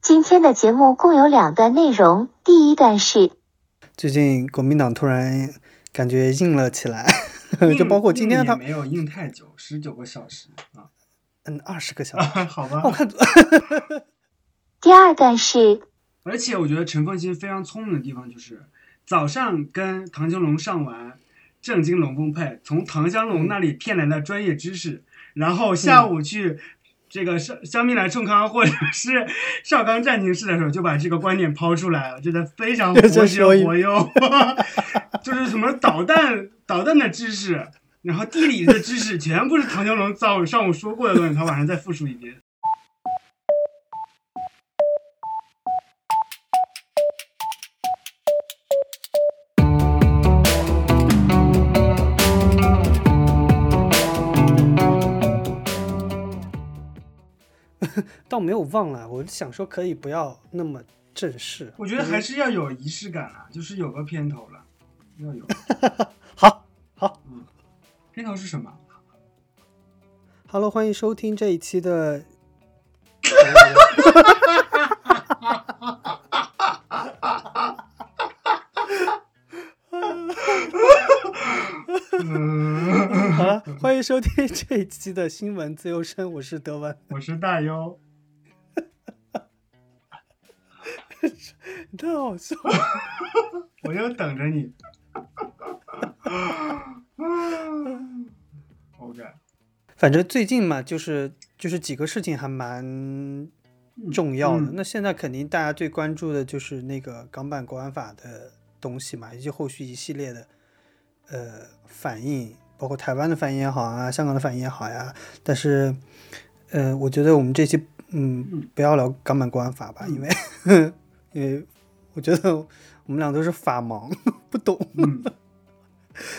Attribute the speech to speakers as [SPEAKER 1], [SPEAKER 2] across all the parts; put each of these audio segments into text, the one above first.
[SPEAKER 1] 今天的节目共有两段内容，第一段是
[SPEAKER 2] 最近国民党突然感觉硬了起来， 就包括今天
[SPEAKER 3] 硬
[SPEAKER 2] 他
[SPEAKER 3] 也没有硬太久，十九个小时 啊，
[SPEAKER 2] 嗯二十个小时，
[SPEAKER 3] 好
[SPEAKER 2] 我
[SPEAKER 3] 吧。
[SPEAKER 2] 看
[SPEAKER 1] 第二段是
[SPEAKER 3] 而且我觉得陈凤新非常聪明的地方就是，早上跟唐青龙上完正经龙凤配，从唐香龙那里骗来了专业知识，然后下午去这个香香蜜来冲康或者是少康战情室的时候，就把这个观点抛出来了，觉得非常
[SPEAKER 2] 再
[SPEAKER 3] 活学
[SPEAKER 2] 说一遍
[SPEAKER 3] 活用， 就是什么导弹导弹的知识。然后地理的知识全部是唐香龙早上午说过的东西，他晚上再复述一遍。
[SPEAKER 2] 倒没有忘了，我就想说可以不要那么正式。
[SPEAKER 3] 我觉得还是要有仪式感啊，就是有个片头了，要有。
[SPEAKER 2] 好
[SPEAKER 3] 片头是什么？
[SPEAKER 2] ，Hello，欢迎收听这一期 的。好了， 欢迎收听这一期的新闻自由身，我是德文。
[SPEAKER 3] 我是大优。
[SPEAKER 2] 你太好笑了。
[SPEAKER 3] 我就等着你。OK，
[SPEAKER 2] 反正最近嘛，就是就是几个事情还蛮重要的。
[SPEAKER 3] 嗯
[SPEAKER 2] 那现在肯定大家最关注的就是那个港版国安法的东西嘛，以及后续一系列的呃反应，包括台湾的反应也好啊，香港的反应也好呀。但是，呃，我觉得我们这期嗯
[SPEAKER 3] 嗯
[SPEAKER 2] 不要聊港版国安法吧，因为 因为我觉得我们俩都是法盲， 不懂。
[SPEAKER 3] 嗯，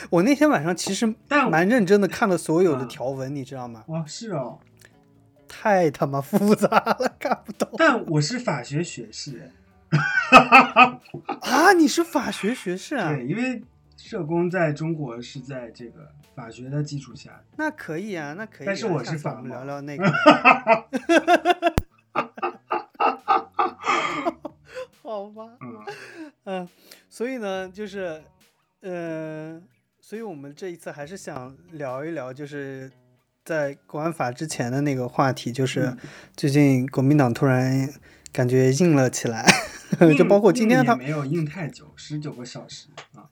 [SPEAKER 2] 我那天晚上其实
[SPEAKER 3] 但我
[SPEAKER 2] 蛮认真的看了所有的
[SPEAKER 3] 啊
[SPEAKER 2] 条文，你知道吗？
[SPEAKER 3] 哦是哦，
[SPEAKER 2] 太他妈复杂了，看不懂
[SPEAKER 3] 但我是法学学士，
[SPEAKER 2] 啊！你是法学学士啊？
[SPEAKER 3] 对，因为社工在中国是在这个法学的基础下，
[SPEAKER 2] 那可以啊，那可以啊、
[SPEAKER 3] 但是我
[SPEAKER 2] 下次
[SPEAKER 3] 是法
[SPEAKER 2] 我们
[SPEAKER 3] 盲
[SPEAKER 2] 聊聊那个。 好吧，
[SPEAKER 3] 嗯，
[SPEAKER 2] 嗯、所以呢，就是，呃，所以我们这一次还是想聊一聊，就是在国安法之前的那个话题，就是
[SPEAKER 3] 嗯
[SPEAKER 2] 最近国民党突然感觉硬了起来， 就包括今天
[SPEAKER 3] 硬
[SPEAKER 2] 他
[SPEAKER 3] 也没有硬太久，十九个小时啊，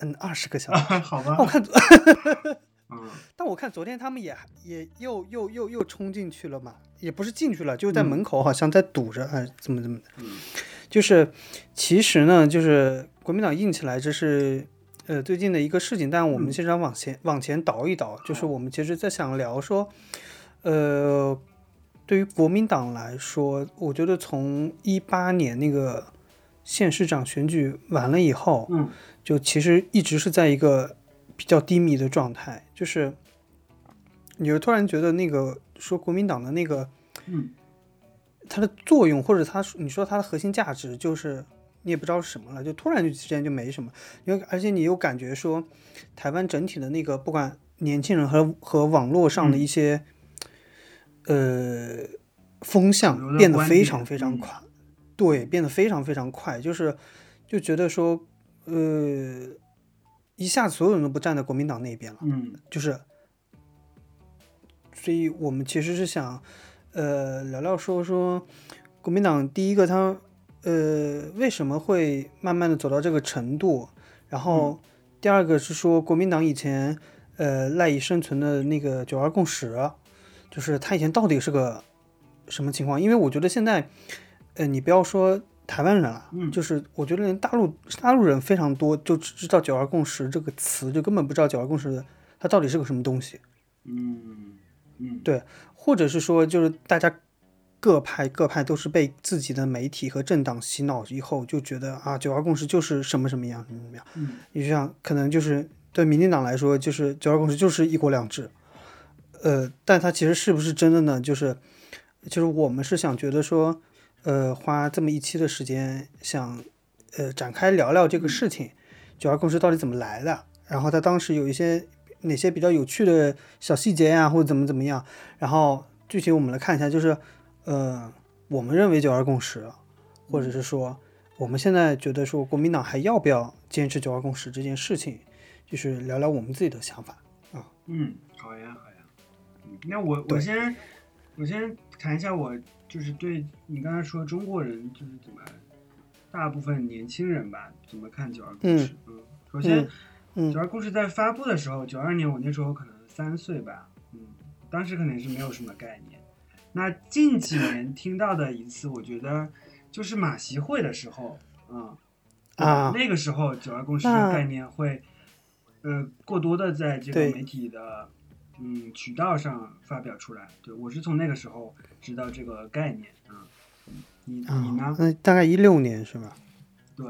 [SPEAKER 2] 嗯二十个小时，
[SPEAKER 3] 好吧
[SPEAKER 2] 那我，看
[SPEAKER 3] 嗯
[SPEAKER 2] 但我看昨天他们也也又又又又冲进去了嘛，也不是进去了，就是在门口好像在堵着，哎，怎么怎么的，
[SPEAKER 3] 嗯
[SPEAKER 2] 就是其实呢，就是国民党硬起来，这是呃最近的一个事情，但我们
[SPEAKER 3] 嗯
[SPEAKER 2] 经常往前、往前倒一倒，就是
[SPEAKER 3] 好
[SPEAKER 2] 我们其实在想聊说，呃，对于国民党来说，我觉得从一八年那个县市长选举完了以后，
[SPEAKER 3] 嗯
[SPEAKER 2] 就其实一直是在一个比较低迷的状态，就是你就突然觉得那个说国民党的那个
[SPEAKER 3] 嗯
[SPEAKER 2] 它的作用，或者它你说它的核心价值，就是你也不知道是什么了，就突然就之间就没什么，因为而且你又感觉说台湾整体的那个不管年轻人和和网络上的一些、呃风
[SPEAKER 3] 主
[SPEAKER 2] 向
[SPEAKER 3] 流的
[SPEAKER 2] 变得
[SPEAKER 3] 观
[SPEAKER 2] 非
[SPEAKER 3] 点
[SPEAKER 2] 常非常
[SPEAKER 3] 嗯
[SPEAKER 2] 快，对，变得非常非常快，就是就觉得说呃一下子所有人都不站在国民党那边了。
[SPEAKER 3] 嗯
[SPEAKER 2] 就是，所以我们其实是想，呃，聊聊说说国民党第一个他，呃，为什么会慢慢的走到这个程度，然后第二个是说国民党以前，呃，赖以生存的那个九二共识，就是他以前到底是个什么情况？因为我觉得现在，呃，你不要说台湾人了，
[SPEAKER 3] 嗯
[SPEAKER 2] 就是我觉得连大陆大陆人非常多，就只知道“九二共识”这个词，就根本不知道“九二共识”它到底是个什么东西，
[SPEAKER 3] 嗯嗯，
[SPEAKER 2] 或者是说，就是大家各派各派都是被自己的媒体和政党洗脑以后，就觉得啊，“九二共识”就是什么什么样什么什么样。
[SPEAKER 3] 嗯
[SPEAKER 2] 你就像可能就是对民进党来说，就是九二共识就是一国两制，呃，但它其实是不是真的呢？就是就是我们是想觉得说，呃，花这么一期的时间想呃展开聊聊这个事情，九二共识到底怎么来的，然后它当时有一些哪些比较有趣的小细节呀、或者怎么怎么样，然后具体我们来看一下，就是呃。我们认为九二共识，或者是说我们现在觉得说国民党还要不要坚持九二共识这件事情，就是聊聊我们自己的想法。
[SPEAKER 3] 嗯，好呀，好呀。嗯，那我我
[SPEAKER 2] 对
[SPEAKER 3] 先我先谈一下我就是对你刚才说中国人就是怎么大部分年轻人吧怎么看九二共识。嗯，首先
[SPEAKER 2] 嗯嗯
[SPEAKER 3] 九二共识在发布的时候，九二年我那时候可能三岁吧，嗯，当时可能是没有什么概念。那近几年听到的一次，我觉得就是马习会的时候，嗯，
[SPEAKER 2] 啊，
[SPEAKER 3] 那个时候九二共识的
[SPEAKER 2] 那
[SPEAKER 3] 概念会，呃，过多的在这个
[SPEAKER 2] 对
[SPEAKER 3] 媒体的嗯渠道上发表出来。对我是从那个时候知道这个概念，嗯，你你
[SPEAKER 2] 啊
[SPEAKER 3] 呢，？
[SPEAKER 2] 那大概一六年是吧？
[SPEAKER 3] 对，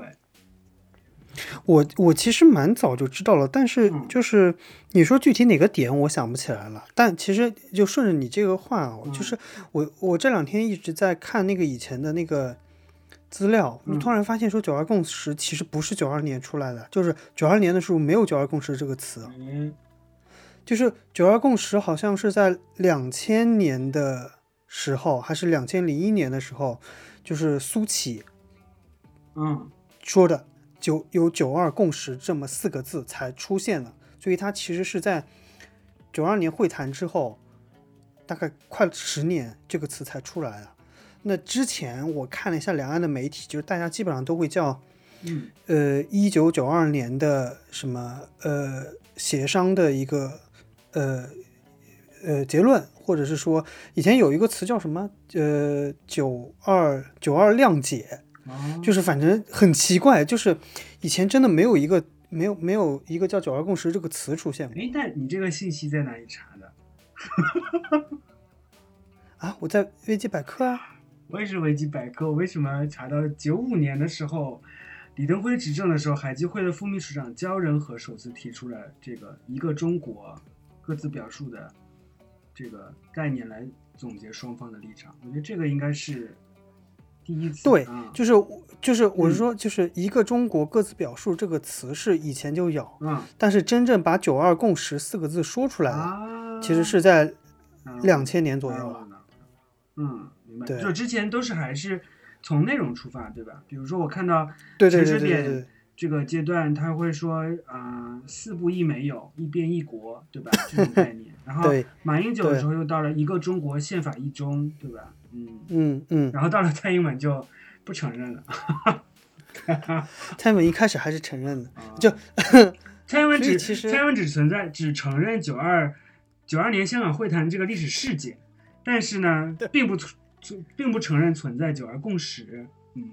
[SPEAKER 2] 我我其实蛮早就知道了，但是
[SPEAKER 3] 嗯
[SPEAKER 2] 就是你说具体哪个点，我想不起来了。但其实就顺着你这个话啊，
[SPEAKER 3] 嗯
[SPEAKER 2] 就是我我这两天一直在看那个以前的那个资料，
[SPEAKER 3] 嗯
[SPEAKER 2] 突然发现说九二共识其实不是九二年出来的，就是九二年的时候没有九二共识这个词，啊
[SPEAKER 3] 嗯
[SPEAKER 2] 就是九二共识好像是在两千年的时候，还是两千零一年的时候，就是苏起
[SPEAKER 3] 嗯
[SPEAKER 2] 说的“九有九二共识”这么四个字才出现了，所以它其实是在九二年会谈之后，大概快十年这个词才出来了。那之前我看了一下两岸的媒体，就是大家基本上都会叫
[SPEAKER 3] 嗯
[SPEAKER 2] 呃一九九二年的什么呃协商的一个呃呃结论，或者是说以前有一个词叫什么呃九二九二谅解，
[SPEAKER 3] 哦，
[SPEAKER 2] 就是反正很奇怪，就是以前真的没有一个没有没有一个叫“九二共识”这个词出现过
[SPEAKER 3] 哎，那你这个信息在哪里查的？
[SPEAKER 2] 啊！我在维基百科啊，
[SPEAKER 3] 我也是维基百科，我为什么查到九五年的时候，李登辉执政的时候，海基会的副秘书长焦仁和首次提出了这个“一个中国”各自表述的这个概念来总结双方的立场。我觉得这个应该是第一次。
[SPEAKER 2] 对
[SPEAKER 3] 啊，
[SPEAKER 2] 就是就是我
[SPEAKER 3] 嗯
[SPEAKER 2] 是说，就是一个中国各自表述这个词是以前就有，
[SPEAKER 3] 嗯
[SPEAKER 2] 但是真正把“九二共识”四个字说出来的，
[SPEAKER 3] 啊，
[SPEAKER 2] 其实是在
[SPEAKER 3] 嗯
[SPEAKER 2] 两千年左右
[SPEAKER 3] 啊
[SPEAKER 2] 了。
[SPEAKER 3] 嗯，明白。
[SPEAKER 2] 对
[SPEAKER 3] 就之前都是还是从内容出发，对吧？比如说我看到
[SPEAKER 2] 对对
[SPEAKER 3] 其实
[SPEAKER 2] 对对对
[SPEAKER 3] 点
[SPEAKER 2] 对，
[SPEAKER 3] 这个阶段，他会说，啊，四不一没有，一边一国，对吧？这 种概念。然后
[SPEAKER 2] 对
[SPEAKER 3] 马英九的
[SPEAKER 2] 对
[SPEAKER 3] 时候又到了一个中国，宪法一中，对吧？嗯。
[SPEAKER 2] 嗯嗯，
[SPEAKER 3] 然后到了蔡英文就不承认了，
[SPEAKER 2] 蔡英文一开始还是承认的，
[SPEAKER 3] 啊
[SPEAKER 2] 就
[SPEAKER 3] 蔡英文
[SPEAKER 2] 所以
[SPEAKER 3] 只
[SPEAKER 2] 其实
[SPEAKER 3] 蔡英文只存在只承认九二九二年香港会谈这个历史事件，但是呢，并不存并不承认存在九二共识。嗯，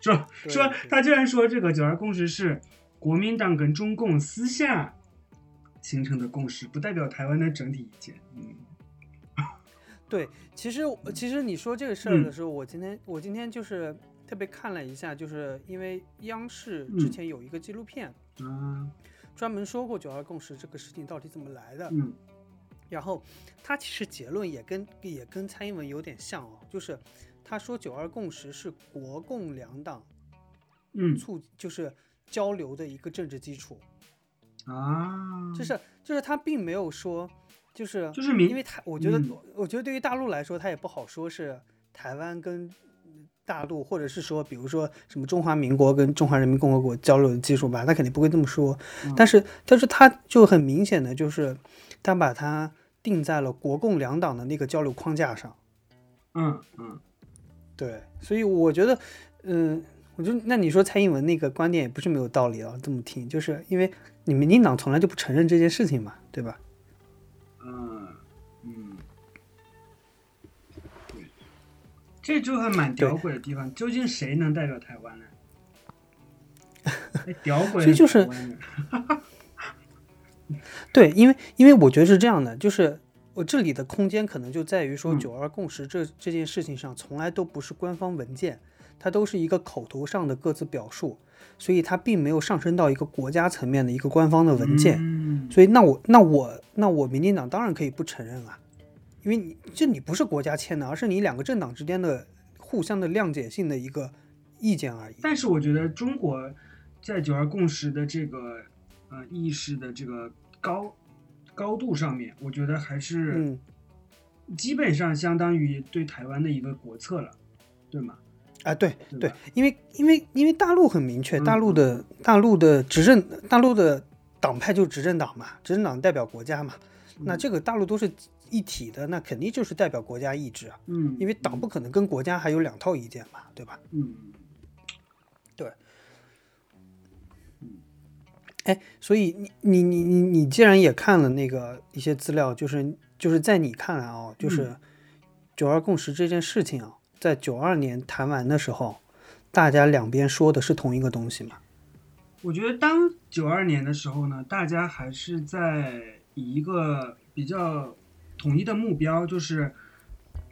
[SPEAKER 3] 说
[SPEAKER 2] 对
[SPEAKER 3] 说
[SPEAKER 2] 对
[SPEAKER 3] 他居然说这个九二共识是国民党跟中共私下形成的共识，不代表台湾的整体意见。嗯
[SPEAKER 2] 对，其实我其实你说这个事儿的
[SPEAKER 3] 嗯
[SPEAKER 2] 时候，我今天我今天就是特别看了一下，就是因为央视
[SPEAKER 3] 嗯
[SPEAKER 2] 之前有一个纪录片，
[SPEAKER 3] 啊，
[SPEAKER 2] 专门说过“九二共识”这个事情到底怎么来的。
[SPEAKER 3] 嗯
[SPEAKER 2] 然后他其实结论也跟也跟蔡英文有点像哦，就是他说“九二共识”是国共两党
[SPEAKER 3] 嗯
[SPEAKER 2] 促就是交流的一个政治基础，
[SPEAKER 3] 啊，
[SPEAKER 2] 就是就是他并没有说就是
[SPEAKER 3] 就是民
[SPEAKER 2] 因为台，我觉得、
[SPEAKER 3] 嗯
[SPEAKER 2] 我觉得对于大陆来说，它也不好说是台湾跟大陆，或者是说，比如说什么中华民国跟中华人民共和国交流的技术吧，他肯定不会这么说。
[SPEAKER 3] 嗯
[SPEAKER 2] 但是，但是他就很明显的就是，他把它定在了国共两党的那个交流框架上。
[SPEAKER 3] 嗯嗯
[SPEAKER 2] 对，所以我觉得，嗯、我就那你说蔡英文那个观点也不是没有道理啊，这么听，就是因为你民进党从来就不承认这件事情嘛，对吧？
[SPEAKER 3] 嗯嗯，对，这就还蛮屌鬼的地方，究竟谁能代表台 湾呢？哎屌鬼，
[SPEAKER 2] 所以就是对，因为因为我觉得是这样的，就是我这里的空间可能就在于说“
[SPEAKER 3] 嗯
[SPEAKER 2] 九二共识这”这件事情上，从来都不是官方文件，它都是一个口头上的各自表述，所以它并没有上升到一个国家层面的一个官方的文件。
[SPEAKER 3] 嗯
[SPEAKER 2] 所以那我那我那我民进党当然可以不承认啊，因为你这你不是国家签的，而是你两个政党之间的互相的谅解性的一个意见而已。
[SPEAKER 3] 但是我觉得中国在九二共识的这个呃意识的这个高高度上面，我觉得还是
[SPEAKER 2] 嗯，
[SPEAKER 3] 基本上相当于对台湾的一个国策了。对吗？
[SPEAKER 2] 啊，对
[SPEAKER 3] 对
[SPEAKER 2] 对
[SPEAKER 3] 吧，
[SPEAKER 2] 因为因为因为大陆很明确，
[SPEAKER 3] 嗯
[SPEAKER 2] 大陆的大陆的执政，大陆的党派就执政党嘛，执政党代表国家嘛，
[SPEAKER 3] 嗯
[SPEAKER 2] 那这个大陆都是一体的，那肯定就是代表国家意志啊，
[SPEAKER 3] 嗯，
[SPEAKER 2] 因为党不可能跟国家还有两套意见嘛，对吧？
[SPEAKER 3] 嗯，
[SPEAKER 2] 哎，所以你你你你你既然也看了那个一些资料，就是就是在你看来哦，就是
[SPEAKER 3] 嗯
[SPEAKER 2] 九二共识这件事情啊，在九二年谈完的时候，大家两边说的是同一个东西嘛？
[SPEAKER 3] 我觉得当九二年的时候呢，大家还是在以一个比较统一的目标，就是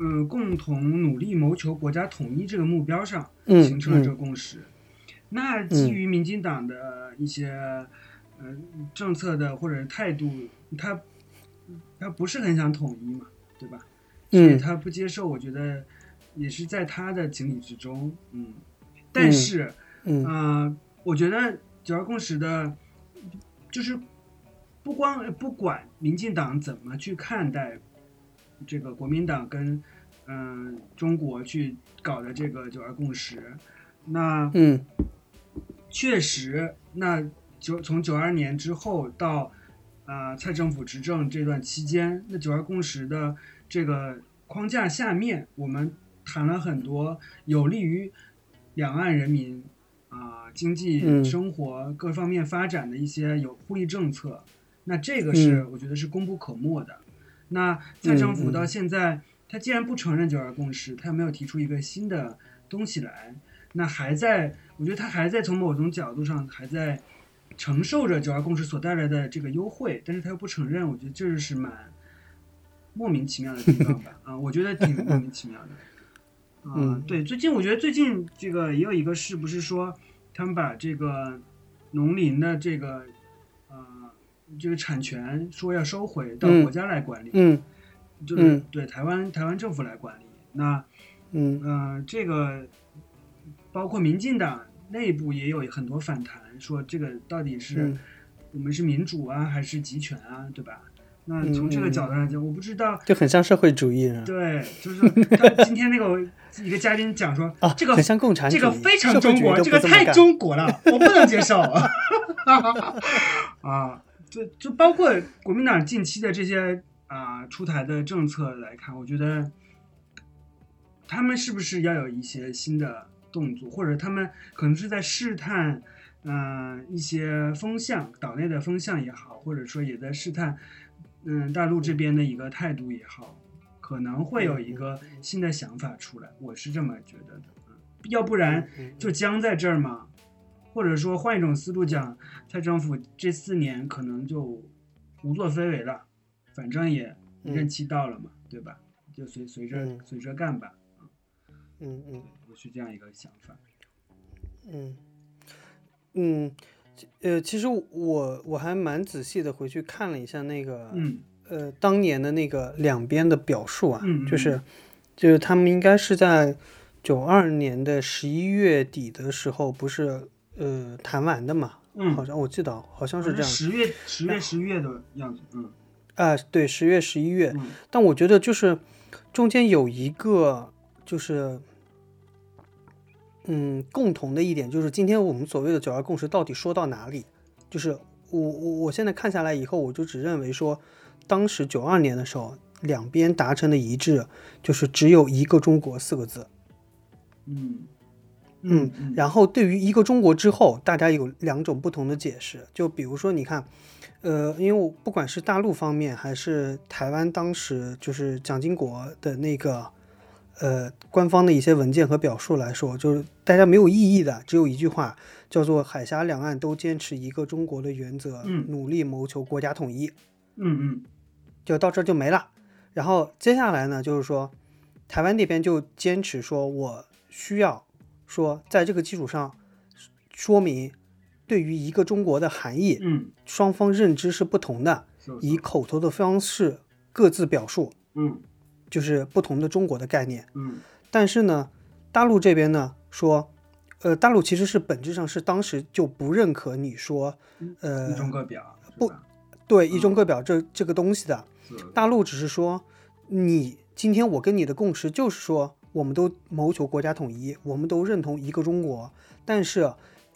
[SPEAKER 3] 呃共同努力谋求国家统一这个目标上
[SPEAKER 2] 嗯
[SPEAKER 3] 形成了这
[SPEAKER 2] 嗯
[SPEAKER 3] 个共识。那基于民进党的一些呃政策的或者态度，他他不是很想统一嘛，对吧？所以
[SPEAKER 2] 嗯
[SPEAKER 3] 他不接受，我觉得也是在他的情理之中，嗯。但是、
[SPEAKER 2] 嗯
[SPEAKER 3] 嗯，我觉得九二共识的，就是不光不管民进党怎么去看待这个国民党跟嗯、中国去搞的这个九二共识，那
[SPEAKER 2] 嗯
[SPEAKER 3] 确实，那九从九二年之后到呃蔡政府执政这段期间，那九二共识的这个框架下面，我们谈了很多有利于两岸人民啊、经济
[SPEAKER 2] 嗯
[SPEAKER 3] 生活各方面发展的一些有互利政策。那这个是、我觉得是功不可没的。那蔡
[SPEAKER 2] 嗯
[SPEAKER 3] 政府到现在，他既然不承认九二共识，他也没有提出一个新的东西来，那还在，我觉得他还在从某种角度上还在承受着九二共识所带来的这个优惠，但是他又不承认，我觉得这就是蛮莫名其妙的地方吧。啊，我觉得挺莫名其妙的。啊、
[SPEAKER 2] 嗯
[SPEAKER 3] 对，最近我觉得最近这个也有一个事，不是说他们把这个农林的这个呃这个产权说要收回到
[SPEAKER 2] 嗯
[SPEAKER 3] 国家来管理，
[SPEAKER 2] 嗯
[SPEAKER 3] 就是、
[SPEAKER 2] 嗯
[SPEAKER 3] 对台湾台湾政府来管理。那
[SPEAKER 2] 嗯
[SPEAKER 3] 呃，这个包括民进党内部也有很多反弹，说这个到底是、
[SPEAKER 2] 嗯
[SPEAKER 3] 我们是民主啊，还是集权啊，对吧？那
[SPEAKER 2] 嗯
[SPEAKER 3] 从这个
[SPEAKER 2] 嗯
[SPEAKER 3] 角度上讲，我不知道，
[SPEAKER 2] 就很像社会主义啊人
[SPEAKER 3] 对，就是他今天那个 一个嘉宾讲说，
[SPEAKER 2] 啊，
[SPEAKER 3] 这个
[SPEAKER 2] 很像共产主义，
[SPEAKER 3] 这个非常
[SPEAKER 2] 社会
[SPEAKER 3] 中
[SPEAKER 2] 主义
[SPEAKER 3] 国，
[SPEAKER 2] 都
[SPEAKER 3] 这
[SPEAKER 2] 不
[SPEAKER 3] 个
[SPEAKER 2] 么
[SPEAKER 3] 太
[SPEAKER 2] 干，
[SPEAKER 3] 中国了，我不能接受。 啊，就就包括国民党近期的这些啊、出台的政策来看，我觉得他们是不是要有一些新的动作，或者他们可能是在试探，嗯、一些风向，岛内的风向也好，或者说也在试探，嗯、大陆这边的一个态度也好，可能会有一个新的想法出来，我是这么觉得的。嗯要不然
[SPEAKER 2] 嗯
[SPEAKER 3] 就僵在这儿嘛，或者说换一种思路讲，蔡政府这四年可能就无作非为了，反正也任期到了嘛，对吧？就随随着、
[SPEAKER 2] 嗯
[SPEAKER 3] 随着干吧，
[SPEAKER 2] 嗯嗯
[SPEAKER 3] 我是这样一个想法。
[SPEAKER 2] 嗯嗯，其呃，其实我我还蛮仔细的回去看了一下那个、
[SPEAKER 3] 嗯
[SPEAKER 2] 呃当年的那个两边的表述啊，
[SPEAKER 3] 嗯嗯
[SPEAKER 2] 就是就是他们应该是在九二年的十一月底的时候，不是呃谈完的嘛，好
[SPEAKER 3] 嗯，
[SPEAKER 2] 像我记得好像是这样
[SPEAKER 3] 十月十月十月的样子，嗯
[SPEAKER 2] 啊、对，十月十一月，
[SPEAKER 3] 嗯
[SPEAKER 2] 但我觉得就是中间有一个就是嗯共同的一点，就是今天我们所谓的九二共识到底说到哪里？就是我我我现在看下来以后，我就只认为说，当时九二年的时候，两边达成的一致就是只有一个中国四个字。
[SPEAKER 3] 嗯
[SPEAKER 2] 嗯
[SPEAKER 3] 嗯，
[SPEAKER 2] 然后对于一个中国之后，大家有两种不同的解释。就比如说，你看，呃，因为我不管是大陆方面，还是台湾当时就是蒋经国的那个呃官方的一些文件和表述来说，就是大家没有异议的，只有一句话叫做“海峡两岸都坚持一个中国的原则，
[SPEAKER 3] 嗯
[SPEAKER 2] 努力谋求国家统一”。
[SPEAKER 3] 嗯嗯
[SPEAKER 2] 就到这儿就没了。然后接下来呢，就是说，台湾那边就坚持说，我需要说在这个基础上说明对于一个中国的含义，
[SPEAKER 3] 嗯，
[SPEAKER 2] 双方认知是不同的，
[SPEAKER 3] 是
[SPEAKER 2] 以口头的方式各自表述，
[SPEAKER 3] 嗯
[SPEAKER 2] 就是不同的中国的概念。
[SPEAKER 3] 嗯
[SPEAKER 2] 但是呢，大陆这边呢说，呃，大陆其实是本质上是当时就不认可你说，呃
[SPEAKER 3] 嗯一，中各嗯表是
[SPEAKER 2] 不
[SPEAKER 3] 吧
[SPEAKER 2] 对一中各表这这个东西的。
[SPEAKER 3] 是
[SPEAKER 2] 大陆只是说，你今天我跟你的共识就是说我们都谋求国家统一，我们都认同一个中国，但是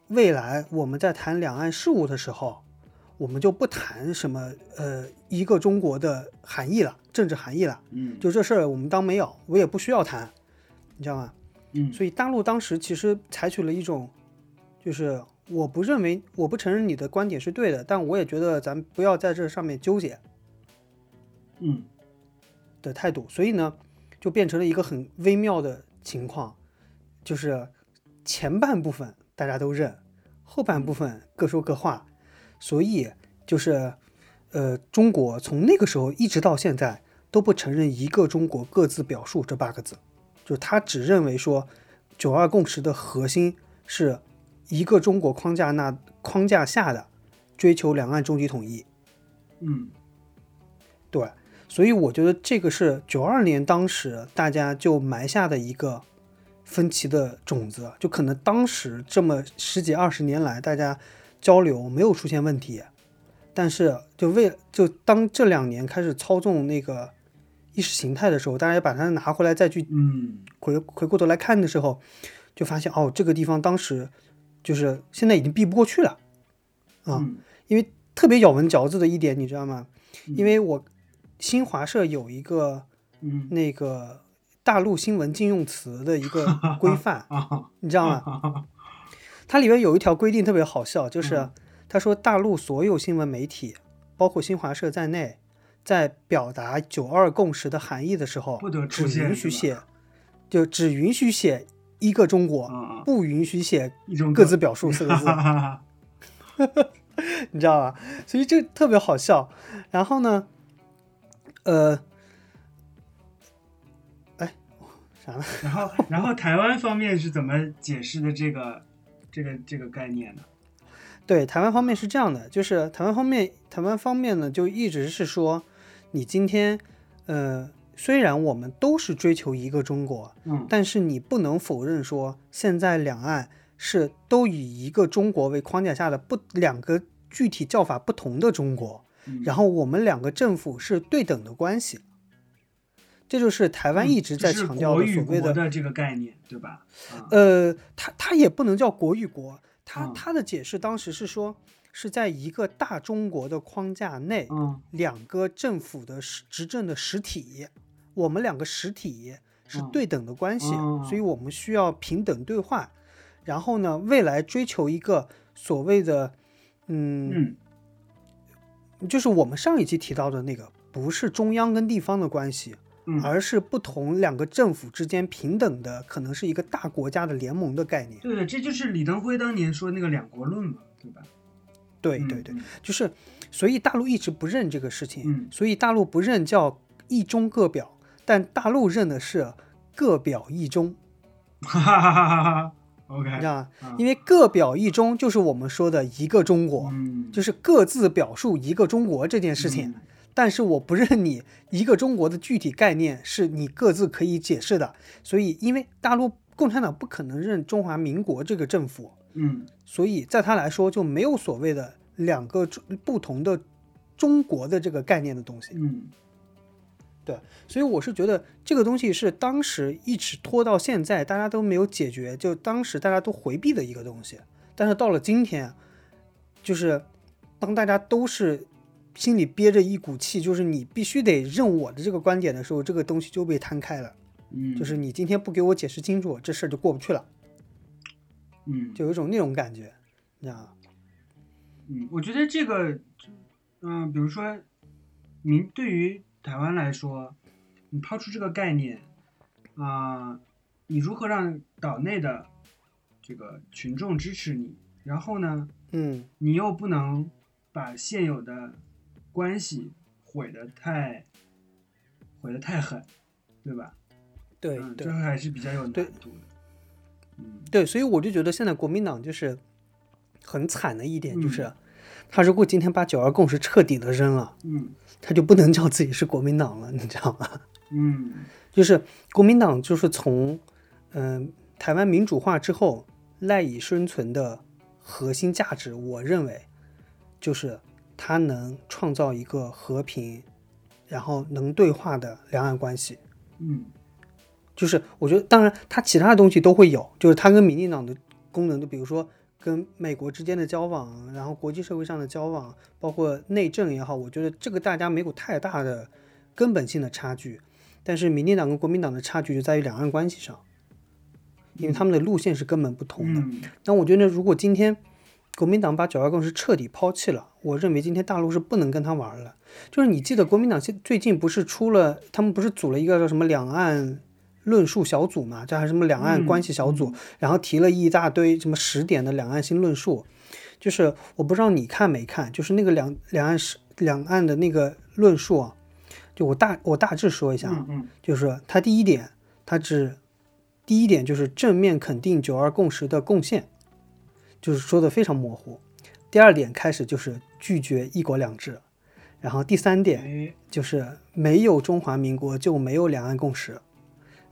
[SPEAKER 2] 未来我们在谈两岸事务的时候，我们就不谈什么呃一个中国的含义了，政治含义了，
[SPEAKER 3] 嗯，
[SPEAKER 2] 就这事儿我们当没有，我也不需要谈，你知道吗？
[SPEAKER 3] 嗯
[SPEAKER 2] 所以大陆当时其实采取了一种，就是我不认为我不承认你的观点是对的，但我也觉得咱不要在这上面纠结
[SPEAKER 3] 嗯
[SPEAKER 2] 的态度。所以呢，就变成了一个很微妙的情况，就是前半部分大家都认，后半部分各说各话。所以就是，呃，中国从那个时候一直到现在都不承认“一个中国各自表述”这八个字，就是他只认为说“九二共识”的核心是一个中国框架那框架下的追求两岸终极统一。
[SPEAKER 3] 嗯
[SPEAKER 2] 对，所以我觉得这个是九二年当时大家就埋下的一个分歧的种子，就可能当时这么十几二十年来，大家交流没有出现问题，但是就为就当这两年开始操纵那个意识形态的时候，大家把它拿回来再去
[SPEAKER 3] 嗯
[SPEAKER 2] 回回过头来看的时候，就发现哦，这个地方当时就是现在已经避不过去了。啊
[SPEAKER 3] 嗯
[SPEAKER 2] 因为特别咬文嚼字的一点，你知道吗？
[SPEAKER 3] 嗯
[SPEAKER 2] 因为我新华社有一个
[SPEAKER 3] 嗯
[SPEAKER 2] 那个大陆新闻禁用词的一 个规范，
[SPEAKER 3] 啊
[SPEAKER 2] 你知道吗？它里面有一条规定特别好笑，就是
[SPEAKER 3] 嗯
[SPEAKER 2] 他说大陆所有新闻媒体，包括新华社在内，在表达“九二共识”的含义的时候
[SPEAKER 3] 不得，
[SPEAKER 2] 只
[SPEAKER 3] 出现
[SPEAKER 2] 允
[SPEAKER 3] 是
[SPEAKER 2] 许
[SPEAKER 3] 吧
[SPEAKER 2] 写，就只允许写“一个中国”，
[SPEAKER 3] 啊，
[SPEAKER 2] 不允许写
[SPEAKER 3] 一种
[SPEAKER 2] “各自表述”四个 字。
[SPEAKER 3] 哈，
[SPEAKER 2] 你知道吧？所以这特别好笑。然后呢，呃，哎，啥呢？
[SPEAKER 3] 然后然后台湾方面是怎么解释的这个这个这个概念呢？
[SPEAKER 2] 对，台湾方面是这样的，就是台湾方面，台湾方面呢就一直是说，你今天，呃，虽然我们都是追求一个中国，
[SPEAKER 3] 嗯
[SPEAKER 2] 但是你不能否认说，现在两岸是都以一个中国为框架下的不两个具体叫法不同的中国。
[SPEAKER 3] 嗯
[SPEAKER 2] 然后我们两个政府是对等的关系，这就是台湾一直在
[SPEAKER 3] 嗯就是
[SPEAKER 2] 强调
[SPEAKER 3] 国
[SPEAKER 2] 的
[SPEAKER 3] 与
[SPEAKER 2] 所谓的，
[SPEAKER 3] 国的这个概念，对吧？啊
[SPEAKER 2] 呃，它它也不能叫国与国，它
[SPEAKER 3] 嗯
[SPEAKER 2] 它的解释当时是说是在一个大中国的框架内，
[SPEAKER 3] 嗯
[SPEAKER 2] 两个政府的实执政的实体，我们两个实体是
[SPEAKER 3] 嗯
[SPEAKER 2] 对等的关系，
[SPEAKER 3] 嗯
[SPEAKER 2] 所以我们需要平等对话。然后呢，未来追求一个所谓的，嗯
[SPEAKER 3] 嗯
[SPEAKER 2] 就是我们上一期提到的那个，不是中央跟地方的关系，
[SPEAKER 3] 嗯，
[SPEAKER 2] 而是不同两个政府之间平等的，可能是一个大国家的联盟的概念。
[SPEAKER 3] 对的，这就是李登辉当年说那个两国论嘛，对吧？
[SPEAKER 2] 对
[SPEAKER 3] 嗯
[SPEAKER 2] 对对，
[SPEAKER 3] 嗯
[SPEAKER 2] 就是，所以大陆一直不认这个事情，
[SPEAKER 3] 嗯
[SPEAKER 2] 所以大陆不认叫一中各表，但大陆认的是各表一中，
[SPEAKER 3] 哈哈哈哈哈哈
[SPEAKER 2] 你
[SPEAKER 3] ，OK，
[SPEAKER 2] 知道吗？
[SPEAKER 3] 啊
[SPEAKER 2] 因为各表一中就是我们说的一个中国，
[SPEAKER 3] 嗯，
[SPEAKER 2] 就是各自表述一个中国这件事情。
[SPEAKER 3] 嗯
[SPEAKER 2] 但是我不认你一个中国的具体概念是你各自可以解释的，所以因为大陆共产党不可能认中华民国这个政府，
[SPEAKER 3] 嗯
[SPEAKER 2] 所以在他来说就没有所谓的两个中不同的中国的这个概念的东西。
[SPEAKER 3] 嗯
[SPEAKER 2] 所以我是觉得这个东西是当时一直拖到现在，大家都没有解决，就当时大家都回避的一个东西。但是到了今天，就是当大家都是心里憋着一股气，就是你必须得认我的这个观点的时候，这个东西就被摊开了。
[SPEAKER 3] 嗯，
[SPEAKER 2] 就是你今天不给我解释清楚，这事儿就过不去了，
[SPEAKER 3] 嗯
[SPEAKER 2] 就有一种那种感觉，你知道吗？
[SPEAKER 3] 嗯，我觉得这个，嗯、比如说，您对于台湾来说，你抛出这个概念，啊、你如何让岛内的这个群众支持你？然后呢，
[SPEAKER 2] 嗯
[SPEAKER 3] 你又不能把现有的关系毁得太毁得太狠，对吧？，
[SPEAKER 2] 对
[SPEAKER 3] 嗯，
[SPEAKER 2] 对
[SPEAKER 3] 这还是比较有难
[SPEAKER 2] 对
[SPEAKER 3] 度的。嗯
[SPEAKER 2] 对，所以我就觉得现在国民党就是很惨的一点，就
[SPEAKER 3] 嗯
[SPEAKER 2] 是他如果今天把九二共识彻底的扔了。
[SPEAKER 3] 嗯
[SPEAKER 2] 他就不能叫自己是国民党了，你知道吗？
[SPEAKER 3] 嗯
[SPEAKER 2] 就是国民党就是从嗯、台湾民主化之后赖以生存的核心价值，我认为就是它能创造一个和平，然后能对话的两岸关系。
[SPEAKER 3] 嗯
[SPEAKER 2] 就是我觉得，当然它其他的东西都会有，就是它跟民进党的功能，就比如说跟美国之间的交往，然后国际社会上的交往，包括内政也好，我觉得这个大家没有太大的根本性的差距。但是民进党跟国民党的差距就在于两岸关系上，因为他们的路线是根本不同的。
[SPEAKER 3] 嗯
[SPEAKER 2] 那我觉得，如果今天国民党把九二共识彻底抛弃了，我认为今天大陆是不能跟他玩了。就是你记得国民党现最近不是出了，他们不是组了一个叫什么两岸论述小组嘛，这还是什么两岸关系小组，然后提了一大堆什么十点的两岸新论述，就是我不知道你看没看，就是那个两两岸是两岸的那个论述啊，就我大我大致说一下啊，
[SPEAKER 3] 嗯嗯
[SPEAKER 2] 就是它第一点，它只第一点就是正面肯定“九二共识”的贡献，就是说的非常模糊。第二点开始就是拒绝“一国两制”，然后第三点
[SPEAKER 3] 哎，
[SPEAKER 2] 就是没有中华民国就没有两岸共识，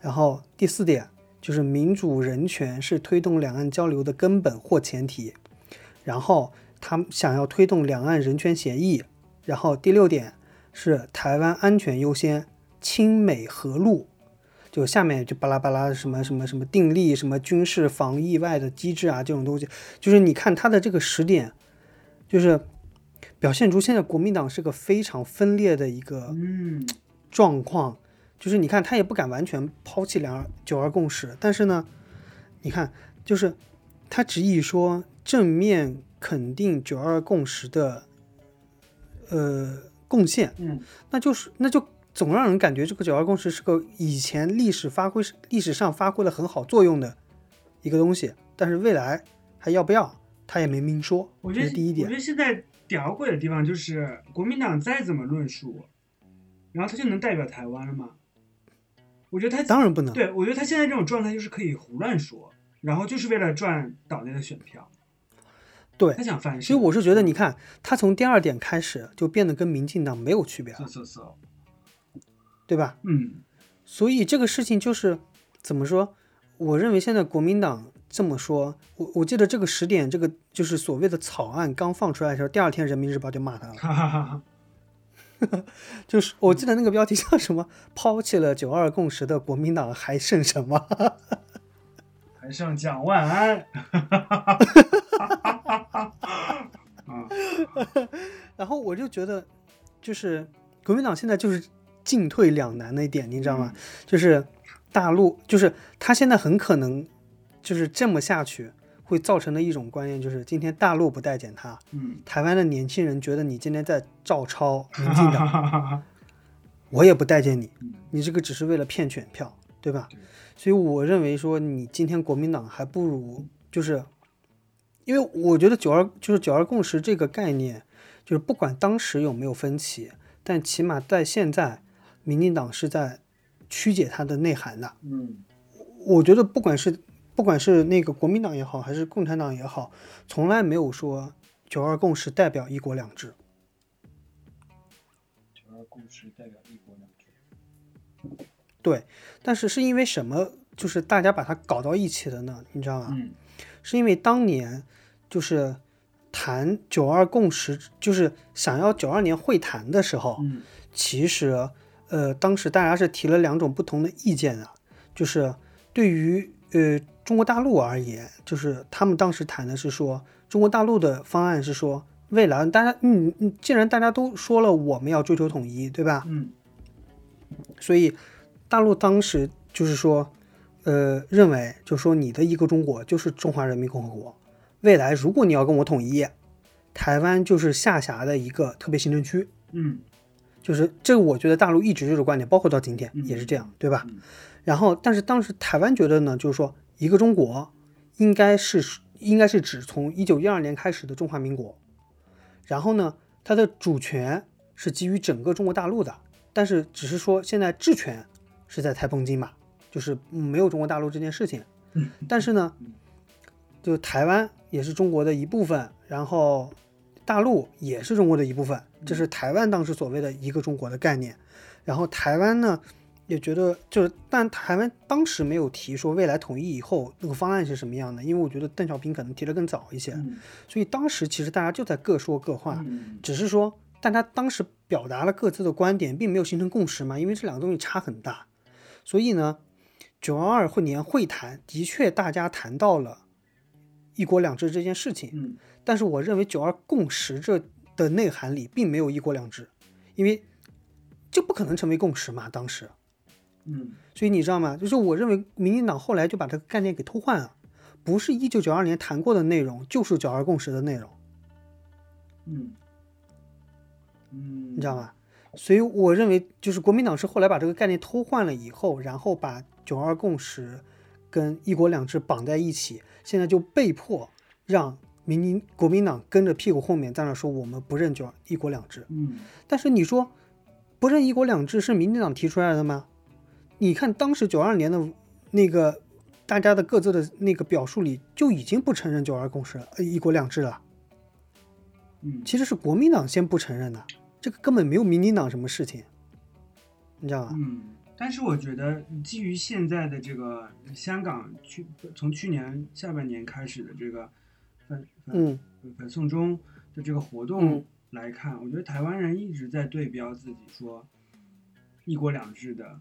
[SPEAKER 2] 然后第四点就是民主人权是推动两岸交流的根本或前提，然后他们想要推动两岸人权协议，然后第六点是台湾安全优先，亲美和路。就下面就巴拉巴拉什么什么什么定力什么军事防意外的机制啊这种东西，就是你看他的这个时点，就是表现出现在国民党是个非常分裂的一个
[SPEAKER 3] 嗯，
[SPEAKER 2] 状况，就是你看他也不敢完全抛弃两九二共识，但是呢，你看就是他执意说正面肯定九二共识的呃贡献，
[SPEAKER 3] 嗯，
[SPEAKER 2] 那就是那就总让人感觉这个九二共识是个以前历史发挥历史上发挥了很好作用的一个东西，但是未来还要不要他也没明说，
[SPEAKER 3] 我
[SPEAKER 2] 这
[SPEAKER 3] 觉得
[SPEAKER 2] 是第一
[SPEAKER 3] 我
[SPEAKER 2] 点
[SPEAKER 3] 觉，得现在屌鬼的地方就是国民党再怎么论述，然后他就能代表台湾了吗？我觉得他
[SPEAKER 2] 当然不能，
[SPEAKER 3] 对，我觉得他现在这种状态就是可以胡乱说，然后就是为了赚岛内的选票。
[SPEAKER 2] 对
[SPEAKER 3] 他想翻身。
[SPEAKER 2] 所以我是觉得，你看，他从第二点开始就变得跟民进党没有区别
[SPEAKER 3] 嗖
[SPEAKER 2] 了，
[SPEAKER 3] 嗖嗖，
[SPEAKER 2] 对吧？
[SPEAKER 3] 嗯
[SPEAKER 2] 所以这个事情就是怎么说？我认为现在国民党这么说，我我记得这个十点，这个就是所谓的草案刚放出来的时候，第二天人民日报就骂他了，
[SPEAKER 3] 哈哈哈哈，
[SPEAKER 2] 就是我记得那个标题叫什么“抛弃了九二共识的国民党还剩什么
[SPEAKER 3] 还剩蒋万 安。啊，”，
[SPEAKER 2] 然后我就觉得，就是国民党现在就是进退两难的一点，你知道吗？就是大陆，就是他现在很可能就是这么下去，会造成的一种观念就是，今天大陆不待见他，
[SPEAKER 3] 嗯，
[SPEAKER 2] 台湾的年轻人觉得你今天在照抄嗯民进
[SPEAKER 3] 哈哈
[SPEAKER 2] 党，
[SPEAKER 3] 哈哈哈。
[SPEAKER 2] 我也不待见你
[SPEAKER 3] 嗯，
[SPEAKER 2] 你这个只是为了骗选票，对吧
[SPEAKER 3] 对？
[SPEAKER 2] 所以我认为说，你今天国民党还不如就是，因为我觉得九二就是九二共识这个概念，就是不管当时有没有分歧，但起码在现在，民进党是在曲解它的内涵的。
[SPEAKER 3] 嗯，
[SPEAKER 2] 我觉得不管是不管是那个国民党也好，还是共产党也好，从来没有说九二共识代表一国两制。
[SPEAKER 3] 九二共识代表一国两制。
[SPEAKER 2] 对，但是是因为什么？就是大家把它搞到一起的呢？你知道吗？
[SPEAKER 3] 嗯
[SPEAKER 2] 是因为当年就是谈“九二共识”，就是想要九二年会谈的时候，
[SPEAKER 3] 嗯
[SPEAKER 2] 其实呃，当时大家是提了两种不同的意见啊，就是对于呃中国大陆而言，就是他们当时谈的是说，中国大陆的方案是说，未来大家嗯，嗯既然大家都说了我们要追求统一，对吧？
[SPEAKER 3] 嗯
[SPEAKER 2] 所以大陆当时就是说，呃，认为就说你的一个中国就是中华人民共和国，未来如果你要跟我统一，台湾就是下辖的一个特别行政区，
[SPEAKER 3] 嗯
[SPEAKER 2] 就是这个我觉得大陆一直就是观点，包括到今天
[SPEAKER 3] 嗯
[SPEAKER 2] 也是这样，对吧
[SPEAKER 3] 嗯？
[SPEAKER 2] 然后，但是当时台湾觉得呢，就是说一个中国应该是应该是指从一九一二年开始的中华民国，然后呢，它的主权是基于整个中国大陆的，但是只是说现在治权是在台澎金马，就是没有中国大陆这件事情。
[SPEAKER 3] 嗯
[SPEAKER 2] 但是呢，就台湾也是中国的一部分，然后大陆也是中国的一部分，这是台湾当时所谓的一个中国的概念。然后台湾呢，也觉得就是，但台湾当时没有提说未来统一以后那个方案是什么样的，因为我觉得邓小平可能提的更早一些，
[SPEAKER 3] 嗯
[SPEAKER 2] 所以当时其实大家就在各说各话，
[SPEAKER 3] 嗯
[SPEAKER 2] 只是说大家当时表达了各自的观点，并没有形成共识嘛，因为这两个东西差很大，所以呢，九幺二会年会谈，的确大家谈到了一国两制这件事情，
[SPEAKER 3] 嗯
[SPEAKER 2] 但是我认为九二共识这的内涵里并没有一国两制，因为这不可能成为共识嘛，当时。
[SPEAKER 3] 嗯
[SPEAKER 2] 所以你知道吗？就是我认为民进党后来就把这个概念给偷换了，不是一九九二年谈过的内容，就是九二共识的内容，
[SPEAKER 3] 嗯嗯，
[SPEAKER 2] 你知道吗？所以我认为就是国民党是后来把这个概念偷换了以后，然后把九二共识跟一国两制绑在一起，现在就被迫让民进国民党跟着屁股后面在那说我们不认九二一国两制。
[SPEAKER 3] 嗯
[SPEAKER 2] 但是你说不认一国两制是民进党提出来的吗？你看当时九二年的那个大家的各自的那个表述里就已经不承认九二共识了，呃，一国两制了。
[SPEAKER 3] 嗯
[SPEAKER 2] 其实是国民党先不承认的，这个根本没有民进党什么事情，你知道吧？
[SPEAKER 3] 嗯，但是我觉得基于现在的这个香港去从去年下半年开始的这个反反
[SPEAKER 2] 嗯
[SPEAKER 3] 反送中的这个活
[SPEAKER 2] 嗯
[SPEAKER 3] 动来看，我觉得台湾人一直在对标自己说“一国两制”的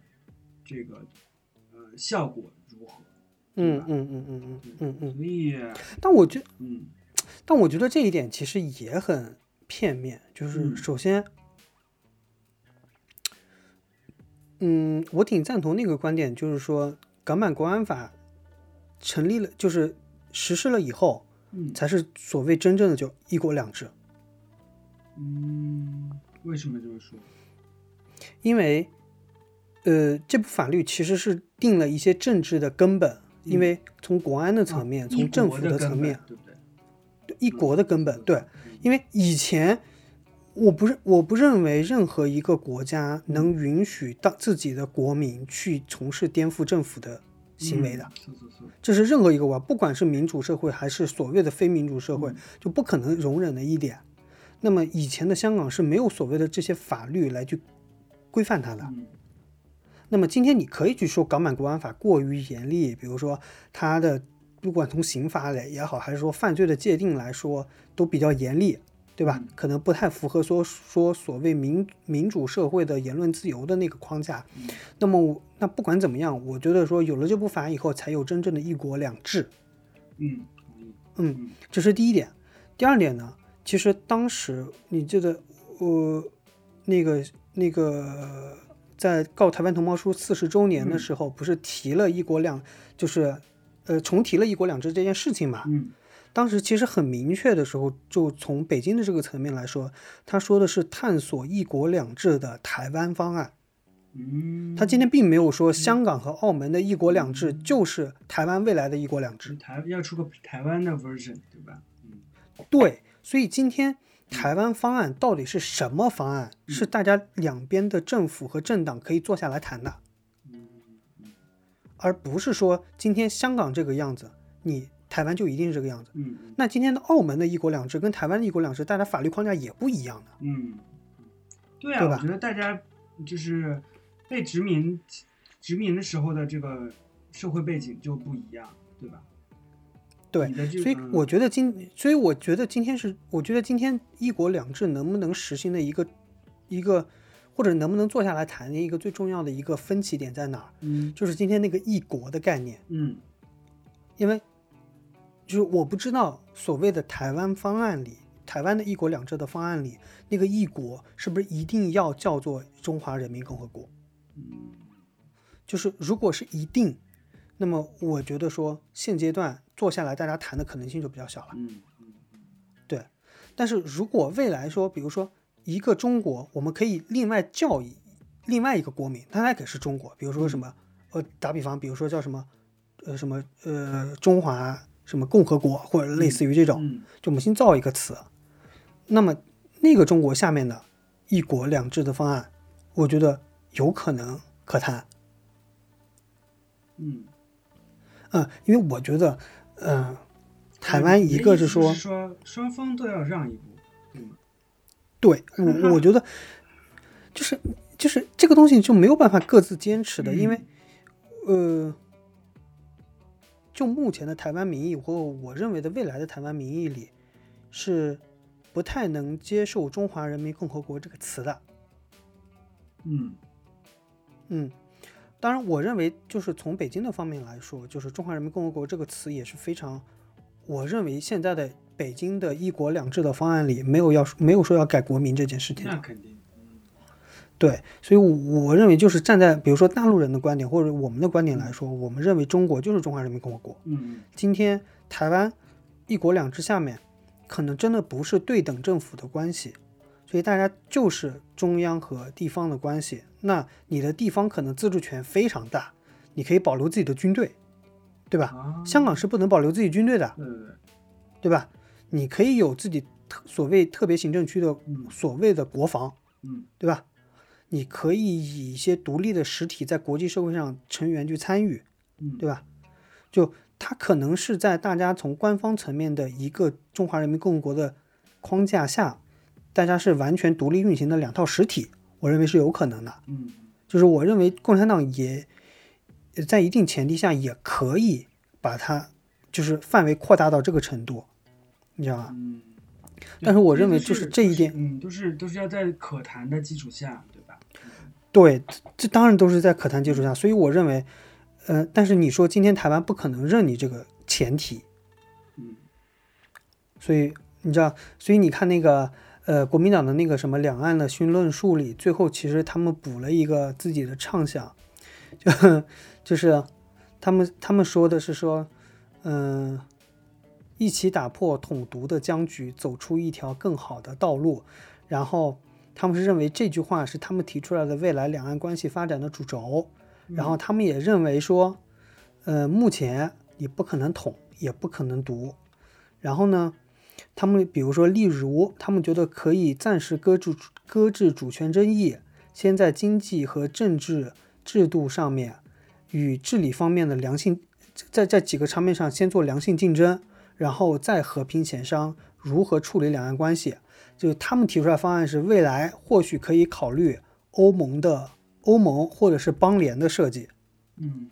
[SPEAKER 3] 这个呃效果如何，
[SPEAKER 2] 嗯嗯嗯嗯嗯嗯嗯。
[SPEAKER 3] 所以
[SPEAKER 2] 但我觉
[SPEAKER 3] 嗯
[SPEAKER 2] 但我觉得这一点其实也很片面，就是
[SPEAKER 3] 嗯
[SPEAKER 2] 首先，嗯，我挺赞同那个观点，就是说港版国安法成立了，就是实施了以后，
[SPEAKER 3] 嗯
[SPEAKER 2] 才是所谓真正的就一国两制，
[SPEAKER 3] 嗯，为什么这么说？
[SPEAKER 2] 因为，呃，这部法律其实是定了一些政治的根本，因
[SPEAKER 3] 嗯
[SPEAKER 2] 为从国安的层面，
[SPEAKER 3] 啊一
[SPEAKER 2] 从政
[SPEAKER 3] 国
[SPEAKER 2] 府
[SPEAKER 3] 的根
[SPEAKER 2] 层
[SPEAKER 3] 本
[SPEAKER 2] 面，
[SPEAKER 3] 对不对？
[SPEAKER 2] 一国的根本，对。
[SPEAKER 3] 嗯，
[SPEAKER 2] 因为以前我不认我不认为任何一个国家
[SPEAKER 3] 嗯
[SPEAKER 2] 能允许当自己的国民去从事颠覆政府的行为的，
[SPEAKER 3] 嗯，是是是
[SPEAKER 2] 这是任何一个国家，不管是民主社会还是所谓的非民主社会，
[SPEAKER 3] 嗯
[SPEAKER 2] 就不可能容忍的一点。那么以前的香港是没有所谓的这些法律来去规范它的。
[SPEAKER 3] 嗯
[SPEAKER 2] 那么今天你可以去说港版国安法过于严厉，比如说它的不管从刑法来也好，还是说犯罪的界定来说，都比较严厉，对吧
[SPEAKER 3] 嗯？
[SPEAKER 2] 可能不太符合说说所谓民民主社会的言论自由的那个框架。
[SPEAKER 3] 嗯
[SPEAKER 2] 那么我那不管怎么样，我觉得说有了这部法以后，才有真正的一国两制，
[SPEAKER 3] 嗯，同意。
[SPEAKER 2] 嗯，这是第一点。第二点呢，其实当时你记得呃那个那个在告台湾同胞书四十周年
[SPEAKER 3] 嗯
[SPEAKER 2] 的时候，不是提了一国两，就是呃重提了一国两制这件事情嘛？
[SPEAKER 3] 嗯
[SPEAKER 2] 当时其实很明确的时候，就从北京的这个层面来说，他说的是探索一国两制的台湾方案。
[SPEAKER 3] 嗯，
[SPEAKER 2] 他今天并没有说香港和澳门的一国两制就是台湾未来的一国两制。
[SPEAKER 3] 台要出个台湾的 version 对吧？嗯
[SPEAKER 2] 对，所以今天台湾方案到底是什么方案，是大家两边的政府和政党可以坐下来谈的，
[SPEAKER 3] 嗯嗯
[SPEAKER 2] 而不是说今天香港这个样子，你台湾就一定是这个样子。
[SPEAKER 3] 嗯
[SPEAKER 2] 那今天的澳门的一国两制跟台湾的一国两制，大家法律框架也不一样的。
[SPEAKER 3] 嗯，对啊，
[SPEAKER 2] 对
[SPEAKER 3] 我
[SPEAKER 2] 吧
[SPEAKER 3] 觉得大家就是被殖民殖民的时候的这个社会背景就不一样，对吧？
[SPEAKER 2] 对
[SPEAKER 3] 你的这
[SPEAKER 2] 所以
[SPEAKER 3] 嗯
[SPEAKER 2] 我觉得今，所以我觉得今天是，我觉得今天一国两制能不能实行的一个一个，或者能不能坐下来谈的一个最重要的一个分歧点在哪儿，
[SPEAKER 3] 嗯
[SPEAKER 2] 就是今天那个一国的概念。
[SPEAKER 3] 嗯
[SPEAKER 2] 因为就是我不知道所谓的台湾方案里，台湾的一国两制的方案里，那个一国是不是一定要叫做中华人民共和国？
[SPEAKER 3] 嗯
[SPEAKER 2] 就是如果是一定，那么我觉得说现阶段坐下来大家谈的可能性就比较小了。
[SPEAKER 3] 嗯嗯
[SPEAKER 2] 对，但是如果未来说，比如说一个中国，我们可以另外叫一另外一个国名，它那可是中国，比如说什么，呃，打比方，比如说叫什么，呃，什么呃，中华什么共和国，或者类似于这种，
[SPEAKER 3] 嗯
[SPEAKER 2] 就我们新造一个词。那么那个中国下面的“一国两制”的方案，我觉得有可能可谈。
[SPEAKER 3] 嗯，
[SPEAKER 2] 嗯，因为我觉得，嗯、台
[SPEAKER 3] 那
[SPEAKER 2] 湾
[SPEAKER 3] 你
[SPEAKER 2] 一
[SPEAKER 3] 的
[SPEAKER 2] 个
[SPEAKER 3] 意
[SPEAKER 2] 嗯是
[SPEAKER 3] 思
[SPEAKER 2] 说，
[SPEAKER 3] 说双方都要让一步，对吗？
[SPEAKER 2] 对我，我觉得就是就是这个东西就没有办法各自坚持的，因为呃，就目前的台湾民意或我认为的未来的台湾民意里，是不太能接受“中华人民共和国”这个词的。
[SPEAKER 3] 嗯
[SPEAKER 2] 嗯，当然，我认为就是从北京的方面来说，就是中华人民共和国这个词也是非常，我认为现在的北京的一国两制的方案里没有要没有说要改国名这件事情的。
[SPEAKER 3] 那肯定，
[SPEAKER 2] 对，所以我我认为就是站在比如说大陆人的观点或者我们的观点来说，我们认为中国就是中华人民共和国。
[SPEAKER 3] 嗯，
[SPEAKER 2] 今天台湾一国两制下面，可能真的不是对等政府的关系，所以大家就是中央和地方的关系。那你的地方可能自治权非常大，你可以保留自己的军队，对吧？
[SPEAKER 3] 啊，
[SPEAKER 2] 香港是不能保留自己军队的，
[SPEAKER 3] 对对对，
[SPEAKER 2] 对吧？你可以有自己特所谓特别行政区的
[SPEAKER 3] 嗯
[SPEAKER 2] 所谓的国防，
[SPEAKER 3] 嗯
[SPEAKER 2] 对吧？你可以以一些独立的实体在国际社会上成员去参与，
[SPEAKER 3] 嗯，
[SPEAKER 2] 对吧？就它可能是在大家从官方层面的一个中华人民共和国的框架下，大家是完全独立运行的两套实体，我认为是有可能的。
[SPEAKER 3] 嗯
[SPEAKER 2] 就是我认为共产党也呃在一定前提下也可以把它就是范围扩大到这个程度，你知道吧？
[SPEAKER 3] 嗯。
[SPEAKER 2] 但是我
[SPEAKER 3] 对
[SPEAKER 2] 认为
[SPEAKER 3] 就
[SPEAKER 2] 就是这一点
[SPEAKER 3] 嗯，都是都是要在可谈的基础下，对吧？
[SPEAKER 2] 对，这这当然都是在可谈基础上，所以我认为，呃，但是你说今天台湾不可能认你这个前提，
[SPEAKER 3] 嗯
[SPEAKER 2] 所以你知道，所以你看那个呃国民党的那个什么两岸的新论述里，最后其实他们补了一个自己的畅想，就就是他们他们说的是说，嗯、一起打破统独的僵局，走出一条更好的道路，然后。他们是认为这句话是他们提出来的未来两岸关系发展的主轴，然后他们也认为说，呃，目前你不可能统，也不可能独，然后呢，他们比如说，例如，他们觉得可以暂时搁置搁置主权争议，先在经济和政治制度上面与治理方面的良性，在在几个层面上先做良性竞争，然后再和平协商如何处理两岸关系。就是他们提出来的方案是，未来或许可以考虑欧盟的欧盟或者是邦联的设计。
[SPEAKER 3] 嗯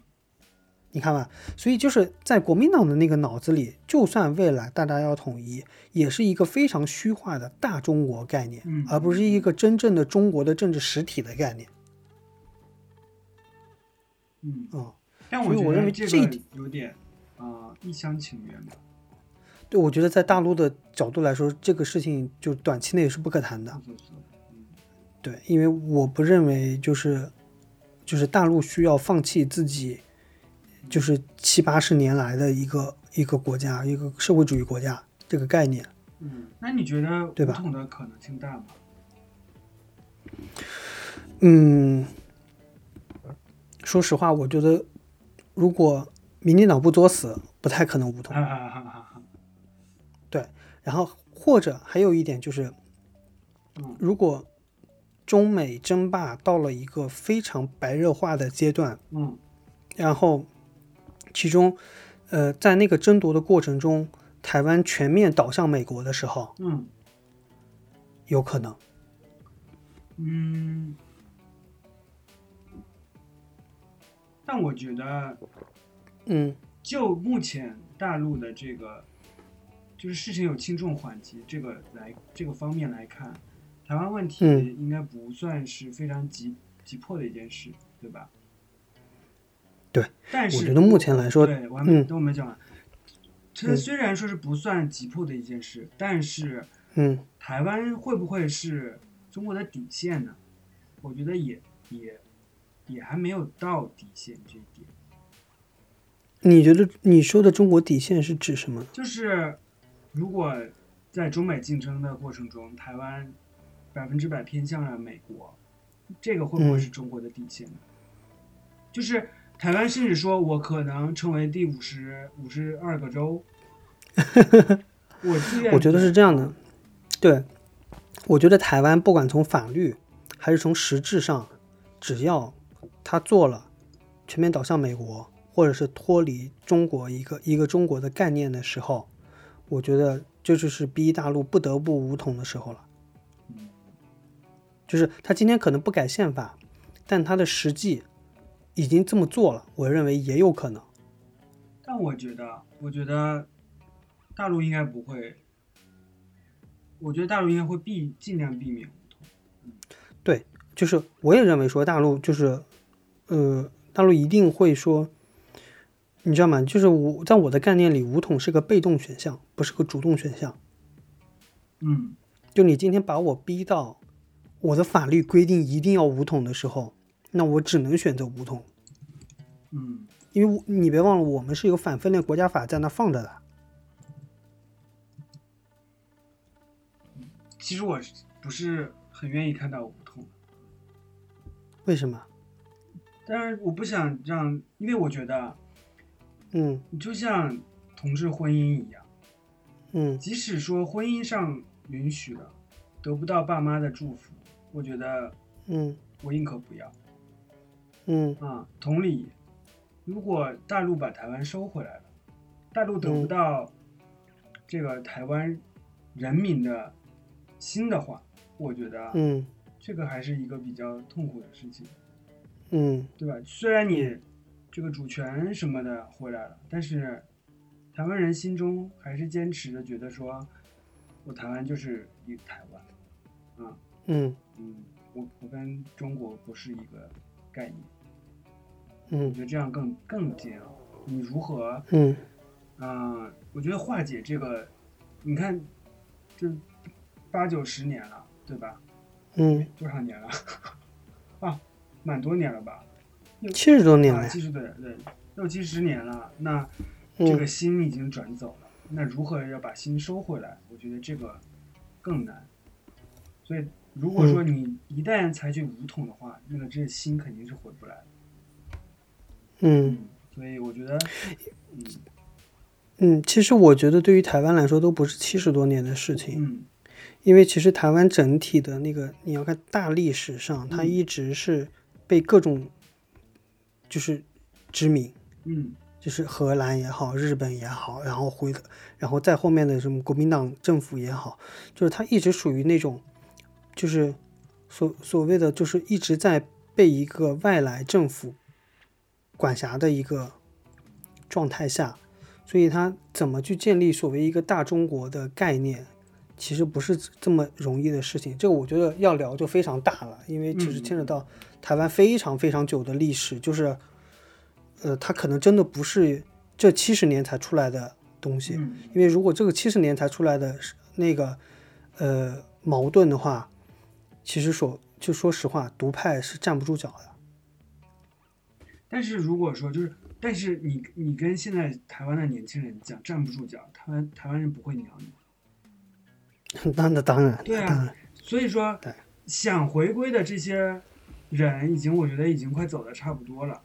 [SPEAKER 2] 你看吧，所以就是在国民党的那个脑子里，就算未来大家要统一，也是一个非常虚化的大中国概念，
[SPEAKER 3] 嗯
[SPEAKER 2] 而不是一个真正的中国的政治实体的概念。
[SPEAKER 3] 嗯，
[SPEAKER 2] 嗯，
[SPEAKER 3] 但
[SPEAKER 2] 所以
[SPEAKER 3] 觉
[SPEAKER 2] 我认
[SPEAKER 3] 得
[SPEAKER 2] 为
[SPEAKER 3] 这
[SPEAKER 2] 这一
[SPEAKER 3] 个有点啊、一厢情愿吧，
[SPEAKER 2] 对，我觉得在大陆的角度来说，这个事情就短期内是不可谈的。
[SPEAKER 3] 就是说嗯
[SPEAKER 2] 对，因为我不认为就是就是大陆需要放弃自己，就是七八十年来的一个一个国家，一个社会主义国家这个概念。
[SPEAKER 3] 嗯，那你觉得
[SPEAKER 2] 对
[SPEAKER 3] 武
[SPEAKER 2] 吧
[SPEAKER 3] 统的可能性大吗？
[SPEAKER 2] 嗯，说实话，我觉得如果民进党不作死，不太可能无
[SPEAKER 3] 哈
[SPEAKER 2] 痛。
[SPEAKER 3] 哈哈哈哈，
[SPEAKER 2] 然后或者还有一点就是
[SPEAKER 3] 嗯，
[SPEAKER 2] 如果中美争霸到了一个非常白热化的阶段，
[SPEAKER 3] 嗯
[SPEAKER 2] 然后其中呃在那个争夺的过程中，台湾全面倒向美国的时候，
[SPEAKER 3] 嗯
[SPEAKER 2] 有可能。
[SPEAKER 3] 嗯，但我觉得
[SPEAKER 2] 嗯
[SPEAKER 3] 就目前大陆的这个，就是事情有轻重缓急这个来这个方面来看，台湾问题
[SPEAKER 2] 嗯
[SPEAKER 3] 应该不算是非常急急迫的一件事，对吧？
[SPEAKER 2] 对，
[SPEAKER 3] 但是
[SPEAKER 2] 我觉得目前来说，
[SPEAKER 3] 对，我还没
[SPEAKER 2] 嗯
[SPEAKER 3] 等我没讲完。这
[SPEAKER 2] 嗯
[SPEAKER 3] 虽然说是不算急迫的一件事，但是
[SPEAKER 2] 嗯
[SPEAKER 3] 台湾会不会是中国的底线呢？我觉得也也也还没有到底线这一点。
[SPEAKER 2] 你觉得你说的中国底线是指什么呢？
[SPEAKER 3] 就是如果在中美竞争的过程中，台湾百分之百偏向了美国，这个会不会
[SPEAKER 2] 嗯
[SPEAKER 3] 是中国的底线呢？就是台湾甚至说我可能成为第五十五十二个 州，我自愿
[SPEAKER 2] 我觉得是这样的，对，我觉得台湾不管从法律还是从实质上，只要他做了全面倒向美国，或者是脱离中国一个一个中国的概念的时候，我觉得这就是逼大陆不得不武统的时候了。
[SPEAKER 3] 嗯
[SPEAKER 2] 就是他今天可能不改宪法，但他的实际已经这么做了，我认为也有可能。
[SPEAKER 3] 但我觉得，我觉得大陆应该不会，我觉得大陆应该会避尽量避免无痛。
[SPEAKER 2] 就是我也认为说大陆就是，呃，大陆一定会说，你知道吗？就是我在我的概念里，武统是个被动选项，不是个主动选项。
[SPEAKER 3] 嗯
[SPEAKER 2] 就你今天把我逼到我的法律规定一定要武统的时候，那我只能选择武统，
[SPEAKER 3] 嗯
[SPEAKER 2] 因为我你别忘了，我们是有反分裂国家法在那放着的。
[SPEAKER 3] 其实我是不是很愿意看到无痛，
[SPEAKER 2] 为什么？
[SPEAKER 3] 但是我不想让，因为我觉得
[SPEAKER 2] 嗯
[SPEAKER 3] 你就像同志婚姻一样，
[SPEAKER 2] 嗯
[SPEAKER 3] 即使说婚姻上允许了，得不到爸妈的祝福，我觉得
[SPEAKER 2] 嗯
[SPEAKER 3] 我宁可不要
[SPEAKER 2] 嗯
[SPEAKER 3] 啊。同理，如果大陆把台湾收回来了，大陆
[SPEAKER 2] 嗯
[SPEAKER 3] 得不到这个台湾人民的心的话，我觉得
[SPEAKER 2] 嗯
[SPEAKER 3] 这个还是一个比较痛苦的事情，
[SPEAKER 2] 嗯
[SPEAKER 3] 对吧？虽然你这个主权什么的回来了，但是台湾人心中还是坚持的觉得说，我台湾就是一个台湾，啊，
[SPEAKER 2] 嗯
[SPEAKER 3] 嗯，我我跟中国不是一个概念，我
[SPEAKER 2] 嗯
[SPEAKER 3] 觉得这样更更煎熬。你如何？
[SPEAKER 2] 嗯
[SPEAKER 3] 嗯、我觉得化解这个，你看，这八九十年了，对吧？
[SPEAKER 2] 嗯，
[SPEAKER 3] 多少年了？ 啊，蛮多年了吧？
[SPEAKER 2] 七十多年了
[SPEAKER 3] 啊，
[SPEAKER 2] 呀。
[SPEAKER 3] 七十对对，六七十年了，那这个
[SPEAKER 2] 嗯
[SPEAKER 3] 心已经转走了，那如何要把心收回来？我觉得这个更难。所以，如果
[SPEAKER 2] 嗯
[SPEAKER 3] 说你一旦采取武统的话，那个这心肯定是回不来的。
[SPEAKER 2] 嗯
[SPEAKER 3] 所以我觉得，
[SPEAKER 2] 嗯，其实我觉得对于台湾来说都不是七十多年的事情，
[SPEAKER 3] 嗯
[SPEAKER 2] 因为其实台湾整体的那个，你要看大历史上，它
[SPEAKER 3] 嗯
[SPEAKER 2] 一直是被各种就是殖民，
[SPEAKER 3] 嗯
[SPEAKER 2] 就是荷兰也好，日本也好，然后回，然后再后面的什么国民党政府也好，就是它一直属于那种，就是所所谓的就是一直在被一个外来政府管辖的一个状态下，所以它怎么去建立所谓一个大中国的概念，其实不是这么容易的事情。这个我觉得要聊就非常大了，因为其实
[SPEAKER 3] 嗯
[SPEAKER 2] 牵扯到台湾非常非常久的历史，就是呃，它可能真的不是这七十年才出来的东西。
[SPEAKER 3] 嗯
[SPEAKER 2] 因为如果这个七十年才出来的是那个呃矛盾的话，其实说就说实话，独派是站不住脚的。
[SPEAKER 3] 但是如果说就是，但是你你跟现在台湾的年轻人讲站不住脚，台湾台湾人不会鸟你。
[SPEAKER 2] 那那当然，
[SPEAKER 3] 对啊
[SPEAKER 2] 那当然，
[SPEAKER 3] 所以说
[SPEAKER 2] 对，
[SPEAKER 3] 想回归的这些人，已经我觉得已经快走的差不多了，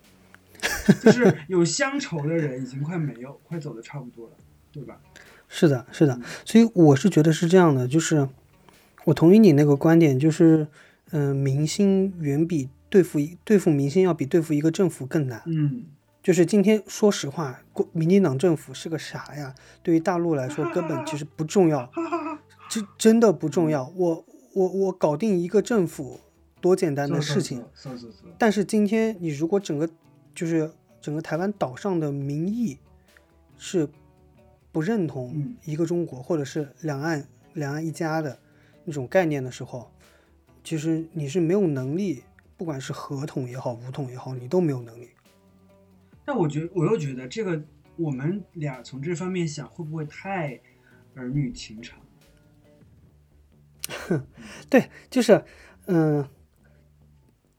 [SPEAKER 3] 就是有乡愁的人已经快没有，快走的差不多了，对吧？
[SPEAKER 2] 是的，是的
[SPEAKER 3] 嗯。
[SPEAKER 2] 所以我是觉得是这样的，就是我同意你那个观点，就是嗯、呃明星远比对付一对付明星要比对付一个政府更难。
[SPEAKER 3] 嗯
[SPEAKER 2] 就是今天，说实话，国民进党政府是个啥呀？对于大陆来说，根本其实不重 要，这真的不重要。我我我搞定一个政府，多简单的事情。
[SPEAKER 3] 搜搜搜，
[SPEAKER 2] 但是今天，你如果整个就是整个台湾岛上的民意是不认同
[SPEAKER 3] 嗯
[SPEAKER 2] 一个中国，或者是两岸两岸一家的那种概念的时候，其实你是没有能力，不管是合同也好，武统也好，你都没有能力。
[SPEAKER 3] 但我觉我又觉得这个我们俩从这方面想，会不会太儿女情长？
[SPEAKER 2] 对，就是，嗯、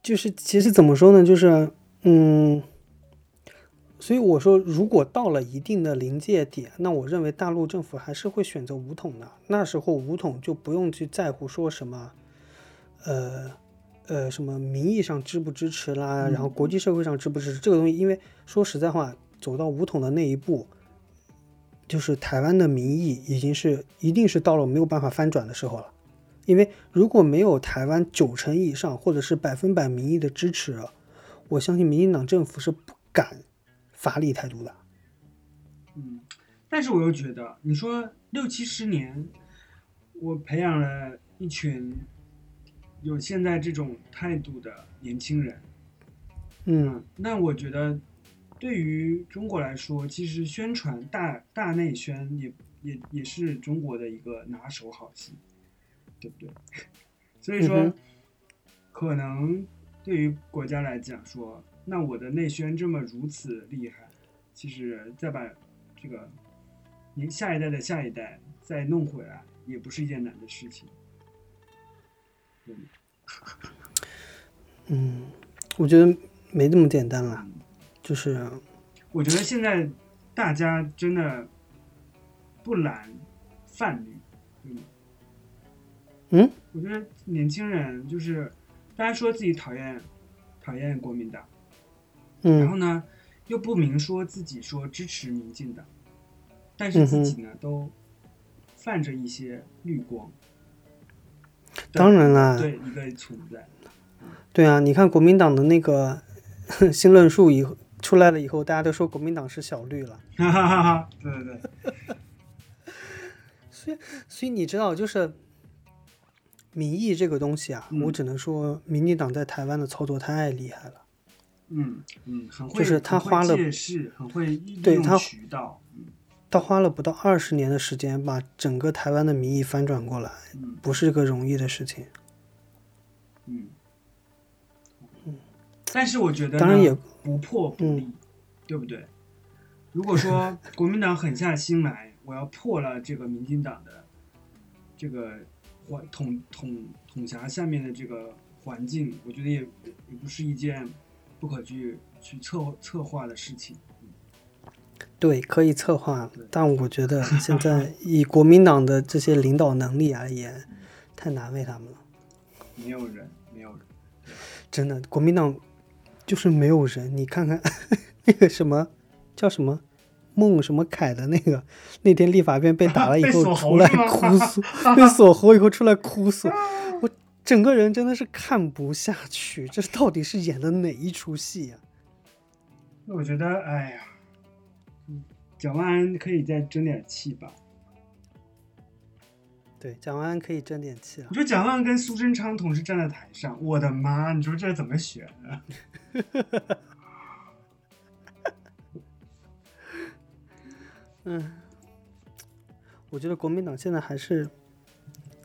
[SPEAKER 2] 就是其实怎么说呢，就是，嗯，所以我说，如果到了一定的临界点，那我认为大陆政府还是会选择武统的。那时候武统就不用去在乎说什么，呃。呃，什么名义上支不支持啦，然后国际社会上支不支持这个东西，因为说实在话，走到武统的那一步，就是台湾的民意已经是一定是到了没有办法翻转的时候了。因为如果没有台湾九成以上或者是百分百民意的支持，啊我相信民进党政府是不敢乏力态度的。
[SPEAKER 3] 嗯，但是我又觉得，你说六七十年，我培养了一群有现在这种态度的年轻人。
[SPEAKER 2] 嗯
[SPEAKER 3] 那我觉得，对于中国来说，其实宣传大大内宣也也也是中国的一个拿手好戏，对不对？ 所以说，
[SPEAKER 2] 嗯哼
[SPEAKER 3] 可能对于国家来讲说，那我的内宣这么如此厉害，其实再把这个你下一代的下一代再弄回来，也不是一件难的事情。嗯
[SPEAKER 2] 嗯，我觉得没那么简单了，
[SPEAKER 3] 嗯
[SPEAKER 2] 就是
[SPEAKER 3] 我觉得现在大家真的不懒泛绿，对吗？
[SPEAKER 2] 嗯，
[SPEAKER 3] 我觉得年轻人就是大家说自己讨厌讨厌国民党，然
[SPEAKER 2] 嗯
[SPEAKER 3] 后呢又不明说自己说支持民进党，但
[SPEAKER 2] 嗯
[SPEAKER 3] 是自己呢、都泛着一些绿光。
[SPEAKER 2] 当然啦，
[SPEAKER 3] 对一个存在，
[SPEAKER 2] 对啊，你看国民党的那个 新论述以后出来了以后，大家都说国民党是小绿了。
[SPEAKER 3] 哈哈哈哈！对对对，
[SPEAKER 2] 所以你知道，就是民意这个东西啊，
[SPEAKER 3] 嗯
[SPEAKER 2] 我只能说，民进党在台湾的操作太厉害了。
[SPEAKER 3] 嗯嗯，很会，
[SPEAKER 2] 就是他
[SPEAKER 3] 很会
[SPEAKER 2] 花了
[SPEAKER 3] 借势，很会利
[SPEAKER 2] 对
[SPEAKER 3] 用
[SPEAKER 2] 他
[SPEAKER 3] 渠道，嗯
[SPEAKER 2] 他花了不到二十年的时间，把整个台湾的民意翻转过来，
[SPEAKER 3] 嗯
[SPEAKER 2] 不是个容易的事情。
[SPEAKER 3] 嗯。但是我觉得呢，
[SPEAKER 2] 嗯当然也，嗯
[SPEAKER 3] 不破不立，对不对？如 果说国民党狠下心来，我要破了这个民进党的这个环统统统辖下面的这个环境，我觉得也也不是一件不可去去策策划的事情。
[SPEAKER 2] 对，可以策划，但我觉得现在以国民党的这些领导能力而言，太难为他们了。
[SPEAKER 3] 没有人，没有人，
[SPEAKER 2] 真的，国民党就是没有人。你看 看那个什么叫什么孟什么凯的那个，那天立法院被打了以
[SPEAKER 3] 被
[SPEAKER 2] 后
[SPEAKER 3] 锁喉
[SPEAKER 2] 出来
[SPEAKER 3] 是吗
[SPEAKER 2] 哭诉，被锁喉以后出来哭诉，我整个人真的是看不下去，这到底是演的哪一出戏啊呀、
[SPEAKER 3] 那我觉得，哎呀，嗯蒋万安可以再争点气吧。
[SPEAKER 2] 对，蒋万安可以争点气了
[SPEAKER 3] 你。说蒋万安跟苏贞昌同时站在台上，我的妈！你说这怎么选啊？
[SPEAKER 2] 嗯，我觉得国民党现在还是，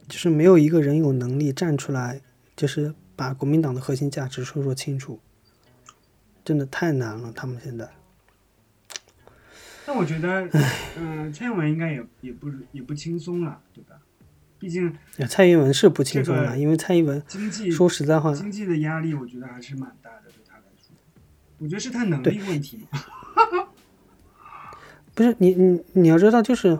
[SPEAKER 2] 就是没有一个人有能力站出来，就是把国民党的核心价值说说清楚。真的太难了，他们现在。
[SPEAKER 3] 但我觉得，嗯、蔡英文应该也也不也不轻松了，对吧？毕竟
[SPEAKER 2] 啊蔡英文是不轻松
[SPEAKER 3] 这
[SPEAKER 2] 了，
[SPEAKER 3] 个
[SPEAKER 2] 因为蔡英文
[SPEAKER 3] 经济
[SPEAKER 2] 说实在话，
[SPEAKER 3] 经济的压力，我觉得还是蛮大的，对他来说，我觉得是他能力问题嘛。
[SPEAKER 2] 不是你你你要知道，就是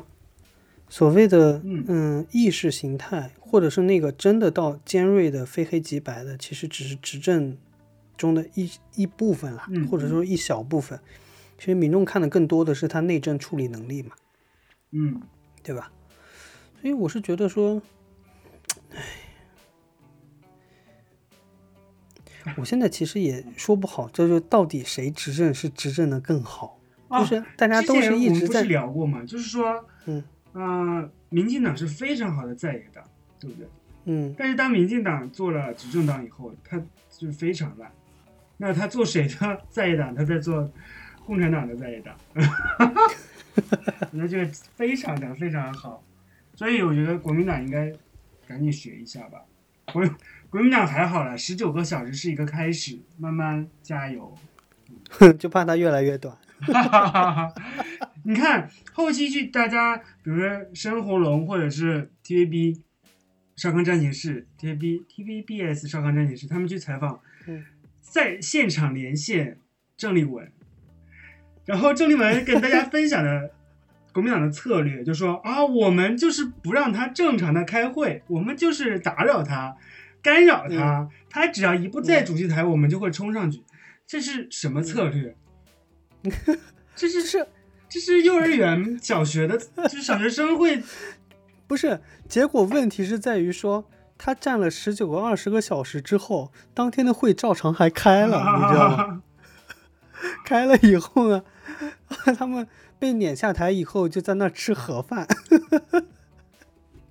[SPEAKER 2] 所谓的
[SPEAKER 3] 嗯
[SPEAKER 2] 嗯意识形态，或者是那个真的到尖锐的非黑即白的，其实只是执政中的一一部分啦，
[SPEAKER 3] 嗯
[SPEAKER 2] 或者说一小部分。其实民众看的更多的是他内政处理能力嘛，
[SPEAKER 3] 嗯，
[SPEAKER 2] 对吧？所以我是觉得说，唉，我现在其实也说不好，就是到底谁执政是执政的更好，
[SPEAKER 3] 啊
[SPEAKER 2] 就是大家都
[SPEAKER 3] 之前
[SPEAKER 2] 是一
[SPEAKER 3] 我们
[SPEAKER 2] 直
[SPEAKER 3] 不
[SPEAKER 2] 在
[SPEAKER 3] 是聊过嘛，就是说，
[SPEAKER 2] 嗯
[SPEAKER 3] 呃，民进党是非常好的在野党，对不对？
[SPEAKER 2] 嗯。
[SPEAKER 3] 但是当民进党做了执政党以后，他就是非常烂。那他做谁的在野党？他在做共产党的在野党。 那这个非常的非常好，所以我觉得国民党应该赶紧学一下吧。国国民党还好了，十九个小时是一个开始，慢慢加油。
[SPEAKER 2] 嗯 就怕它越来越短。
[SPEAKER 3] 哈哈哈哈！ 你看后期去大家，比如说深喉咙或者是 TVB《少康战情室》TVB TVBS《少康战情室》，他们去采访，
[SPEAKER 2] 嗯
[SPEAKER 3] 在现场连线郑丽文，然后郑丽文跟大家分享的国民党的策略，就说 啊，我们就是不让他正常的开会，我们就是打扰他，干扰他，他只要一不在主席台，我们就会冲上去。这是什么策略？这是
[SPEAKER 2] 嗯是
[SPEAKER 3] 这是幼儿园、小学的，就是小学生 会，
[SPEAKER 2] 不是？结果问题是在于说，它站了十九个二十个小时之后，当天的会照常还开 了，你知道吗？开了以后呢， 他们被撵下台以后，就在那儿吃盒饭。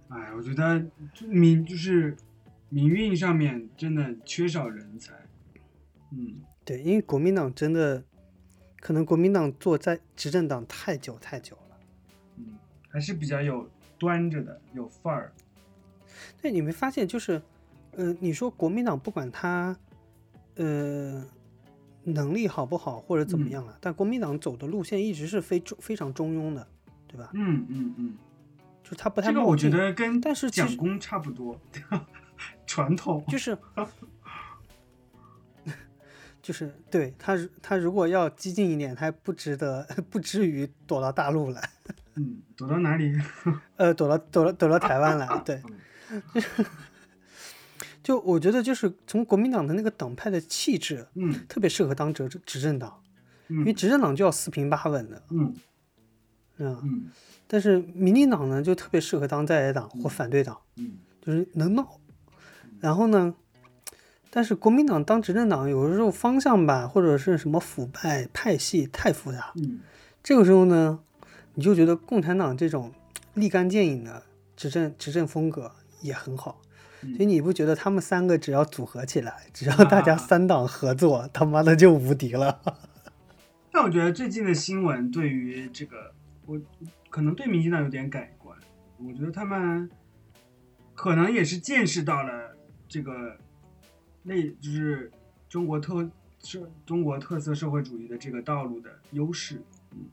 [SPEAKER 3] 哎，我觉得就民就是民运上面真的缺少人才，嗯，
[SPEAKER 2] 对，因为国民党真的，可能国民党做在执政党太久太久了。
[SPEAKER 3] 嗯，还是比较有端着的，有范儿。
[SPEAKER 2] 对，你没发现就是，呃，你说国民党不管他，呃，能力好不好或者
[SPEAKER 3] 嗯
[SPEAKER 2] 怎么样了，但国民党走的路线一直是非中非常中庸的，对吧？
[SPEAKER 3] 嗯嗯嗯，
[SPEAKER 2] 就是他不太
[SPEAKER 3] 这个
[SPEAKER 2] 冒
[SPEAKER 3] 我觉
[SPEAKER 2] 进，
[SPEAKER 3] 得跟
[SPEAKER 2] 但是其
[SPEAKER 3] 蒋
[SPEAKER 2] 实
[SPEAKER 3] 公差不多， 传统。
[SPEAKER 2] 就是 就是对他如他如果要激进一点，他不值得 不至于躲到大陆来。
[SPEAKER 3] 嗯，躲到哪里？
[SPEAKER 2] 呃，躲到躲到躲到台湾来，对， 就我觉得就是从国民党的那个党派的气质，
[SPEAKER 3] 嗯
[SPEAKER 2] 特别适合当执执政党，因为
[SPEAKER 3] 嗯
[SPEAKER 2] 执政党就要四平八稳的，
[SPEAKER 3] 嗯
[SPEAKER 2] 嗯，
[SPEAKER 3] 嗯
[SPEAKER 2] 但是民进党呢就特别适合当在野党或反对党，
[SPEAKER 3] 嗯
[SPEAKER 2] 就是能闹，然后呢，但是国民党当执政党有的时候方向吧，或者是什么腐败派系太复杂，
[SPEAKER 3] 嗯
[SPEAKER 2] 这个时候呢，你就觉得共产党这种立竿见影的执政执政风格也很好，
[SPEAKER 3] 嗯
[SPEAKER 2] 所以你不觉得他们三个只要组合起来，只要大家
[SPEAKER 3] 啊
[SPEAKER 2] 三党合作，他妈的就无敌了？
[SPEAKER 3] 但我觉得最近的新闻对于这个，我可能对民进党有点改观。我觉得他们可能也是见识到了这个，那就是中国特社中国特色社会主义的这个道路的优势。嗯，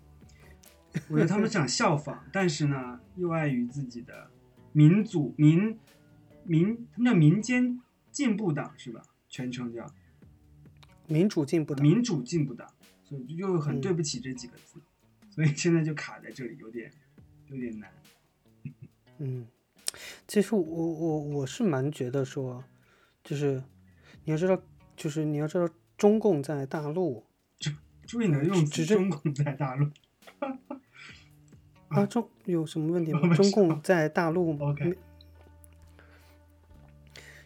[SPEAKER 3] 我觉得他们想效仿，但是呢，又碍于自己的民主民民，他们叫民间进步党是吧？全称叫。
[SPEAKER 2] 民主进步党，
[SPEAKER 3] 民主进步党，所以就很
[SPEAKER 2] 嗯
[SPEAKER 3] 对不起这几个字，所以现在就卡在这里，有点有点难。
[SPEAKER 2] 嗯，其实我我我是蛮觉得说，就是你要知道，就是你要知道，中共在大陆
[SPEAKER 3] 注意你的用
[SPEAKER 2] 只
[SPEAKER 3] 词，
[SPEAKER 2] 是
[SPEAKER 3] 中共在大陆。
[SPEAKER 2] 啊中有什么问题
[SPEAKER 3] 没
[SPEAKER 2] 吗？
[SPEAKER 3] 事
[SPEAKER 2] 中共在大陆
[SPEAKER 3] OK，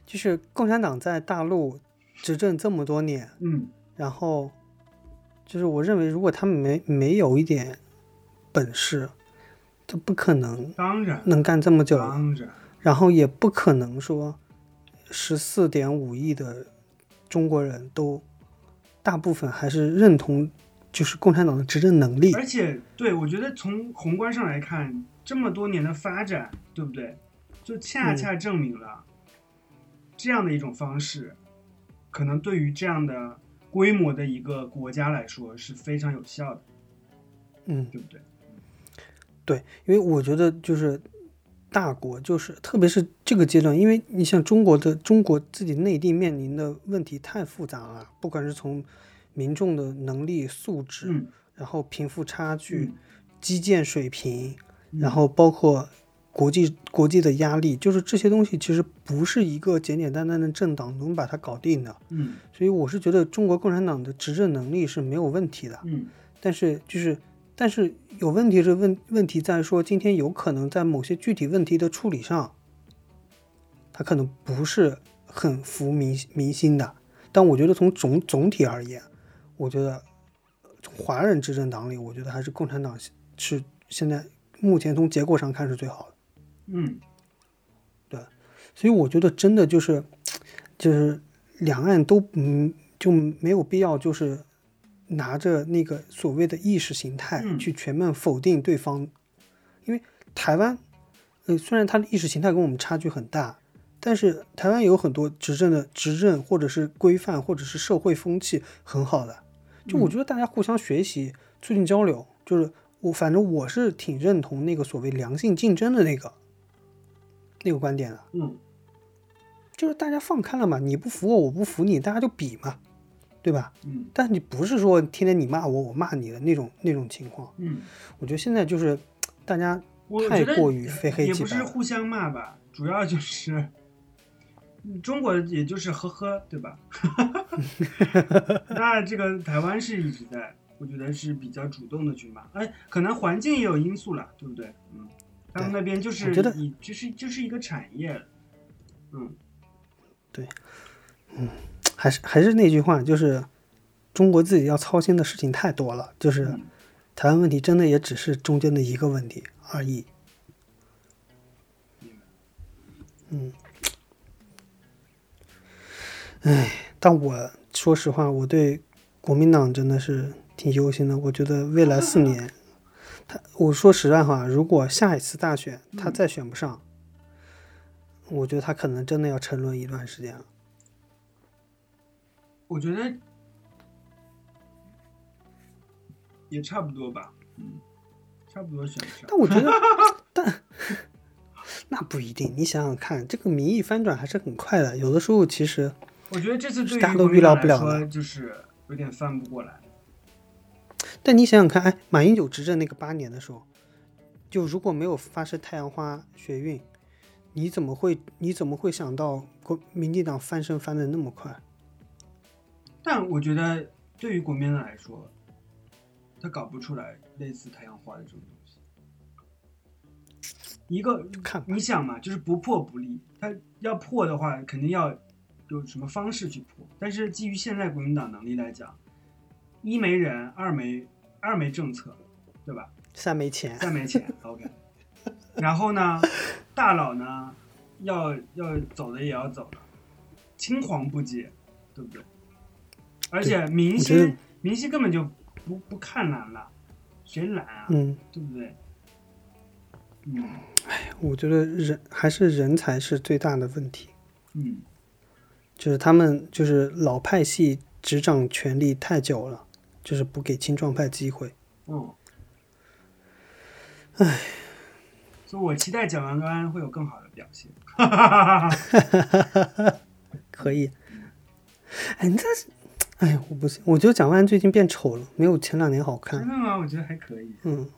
[SPEAKER 2] 就是共产党在大陆执政这么多年，
[SPEAKER 3] 嗯
[SPEAKER 2] 然后就是我认为，如果他们没没有一点本事，他不可能
[SPEAKER 3] 当然，
[SPEAKER 2] 能干这么久，
[SPEAKER 3] 当然，
[SPEAKER 2] 然后也不可能说十四点五亿的中国人都大部分还是认同就是共产党的执政能力。
[SPEAKER 3] 而且对我觉得从宏观上来看，这么多年的发展，对不对？就恰
[SPEAKER 2] 嗯
[SPEAKER 3] 恰证明了这样的一种方式，可能对于这样的规模的一个国家来说是非常有效的，
[SPEAKER 2] 嗯，
[SPEAKER 3] 对不对？
[SPEAKER 2] 对，因为我觉得就是大国，就是特别是这个阶段，因为你像中国的中国自己内地面临的问题太复杂了，不管是从民众的能力素质，
[SPEAKER 3] 嗯，
[SPEAKER 2] 然后贫富差距、
[SPEAKER 3] 嗯
[SPEAKER 2] 基建水平，
[SPEAKER 3] 嗯
[SPEAKER 2] 然后包括国际国际的压力，就是这些东西其实不是一个简简单单的政党能把它搞定的。
[SPEAKER 3] 嗯
[SPEAKER 2] 所以我是觉得中国共产党的执政能力是没有问题的，
[SPEAKER 3] 嗯
[SPEAKER 2] 但是就是但是有问题是问问题在说今天有可能在某些具体问题的处理上，它可能不是很服民民心的。但我觉得从总总体而言，我觉得呃从华人执政党里，我觉得还是共产党是是现在目前从结果上看是最好的。
[SPEAKER 3] 嗯
[SPEAKER 2] 所以我觉得真的就是，就是两岸都嗯就没有必要就是拿着那个所谓的意识形态
[SPEAKER 3] 嗯
[SPEAKER 2] 去全面否定对方，因为台湾，呃虽然它的意识形态跟我们差距很大，但是台湾有很多执政的执政或者是规范或者是社会风气很好的，就
[SPEAKER 3] 嗯
[SPEAKER 2] 我觉得大家互相学习，促进交流，就是我反正我是挺认同那个所谓良性竞争的那个那个观点的。
[SPEAKER 3] 嗯
[SPEAKER 2] 就是大家放开了嘛，你不服我，我不服你，大家就比嘛，对吧？
[SPEAKER 3] 嗯
[SPEAKER 2] 但你不是说天天你骂我，我骂你的那种那种情况。
[SPEAKER 3] 嗯。
[SPEAKER 2] 我觉得现在就是大家
[SPEAKER 3] 我
[SPEAKER 2] 太
[SPEAKER 3] 觉得
[SPEAKER 2] 过于非黑
[SPEAKER 3] 也
[SPEAKER 2] 即
[SPEAKER 3] 不
[SPEAKER 2] 白
[SPEAKER 3] 是
[SPEAKER 2] 了。
[SPEAKER 3] 互相骂吧，主要就是嗯中国也就是呵呵，对吧？ 那这个台湾是一直在，我觉得是比较主动的去骂，哎，可能环境也有因素了，对不对？嗯，他们
[SPEAKER 2] 对
[SPEAKER 3] 那边就是
[SPEAKER 2] 我觉得
[SPEAKER 3] 以就是就是一个产业，嗯
[SPEAKER 2] 还是还是那句话，就是中国自己要操心的事情太多了，就是
[SPEAKER 3] 嗯
[SPEAKER 2] 台湾问题真的也只是中间的一个问题而已。嗯，唉，但我说实话，我对国民党真的是挺忧心的。我觉得未来四年，他我说实在话，如果下一次大选他
[SPEAKER 3] 嗯
[SPEAKER 2] 再选不上，我觉得他可能真的要沉沦一段时间了。
[SPEAKER 3] 我觉得也差不多吧，嗯，差不多选上。
[SPEAKER 2] 但我觉得，但那不一定。你想想看，这个民意翻转还是很快的。有的时候其实，
[SPEAKER 3] 我觉得这次对于
[SPEAKER 2] 大家都
[SPEAKER 3] 国
[SPEAKER 2] 预
[SPEAKER 3] 民
[SPEAKER 2] 料
[SPEAKER 3] 党
[SPEAKER 2] 不
[SPEAKER 3] 来
[SPEAKER 2] 了的
[SPEAKER 3] 说就是有点翻不过来。
[SPEAKER 2] 但你想想看，哎，马英九执政那个八年的时候，就如果没有发生太阳花学运，你怎么会你怎么会想到国民进党翻身翻的那么快？
[SPEAKER 3] 但我觉得对于国民党来说，他搞不出来类似太阳花的这种东西。一个
[SPEAKER 2] 看吧
[SPEAKER 3] 你想嘛，就是不破不立。他要破的话，肯定要有什么方式去破。但是基于现在国民党能力来讲，一没人，二没二没政策，对吧？
[SPEAKER 2] 三没钱，
[SPEAKER 3] 再没钱，OK。然后呢，大佬呢，要要走的也要走了，青黄不接，对不对？而且明
[SPEAKER 2] 我觉得
[SPEAKER 3] 星明星根本就不不看蓝了，谁蓝啊？
[SPEAKER 2] 嗯，
[SPEAKER 3] 对不对？嗯
[SPEAKER 2] 我觉得人还是人才是最大的问题，
[SPEAKER 3] 嗯，
[SPEAKER 2] 就是他们就是老派系执掌权力太久了，就是不给青壮派机会。
[SPEAKER 3] 哦，唉，所以我期待蒋万安会有更好的表 现。
[SPEAKER 2] 可以。哎，你这是，哎呀，我不行，我觉得蒋万安最近变丑了，没有前两年好
[SPEAKER 3] 真
[SPEAKER 2] 看。
[SPEAKER 3] 的吗？我觉得还可以。
[SPEAKER 2] 嗯，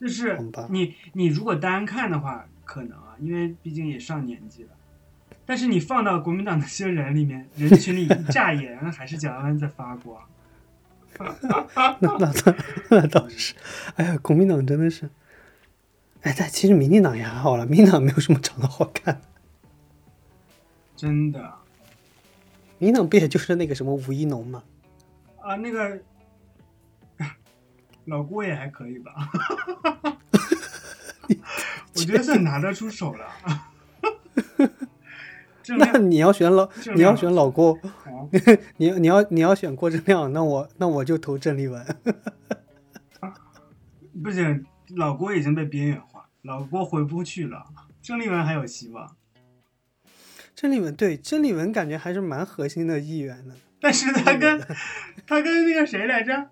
[SPEAKER 3] 就是
[SPEAKER 2] 好吧
[SPEAKER 3] 你你如果单看的话，可能啊，因为毕竟也上年纪了。但是你放到国民党那些人里面，人群里一乍眼还是蒋万安在发光。
[SPEAKER 2] 那那倒 那倒是。哎呀，国民党真的是，哎，但其实民进党也还好了，民进党没有什么长得好看，
[SPEAKER 3] 真的
[SPEAKER 2] 民进党不也就是那个什么吴一农嘛？
[SPEAKER 3] 啊，那个老郭也还可以吧，我觉得算拿得出手了。正
[SPEAKER 2] 那
[SPEAKER 3] 亮，
[SPEAKER 2] 你要选老
[SPEAKER 3] 这，
[SPEAKER 2] 你
[SPEAKER 3] 样
[SPEAKER 2] 要选老郭，
[SPEAKER 3] 好
[SPEAKER 2] 你你要你要选郭正亮，那我那我就投郑丽文。
[SPEAKER 3] 不行，老郭已经被边缘化，老郭回不去了。郑丽文还有希望。
[SPEAKER 2] 郑丽文对郑丽文感觉还是蛮核心的议员的。
[SPEAKER 3] 但是他
[SPEAKER 2] 嗯
[SPEAKER 3] 跟他跟那个谁来着，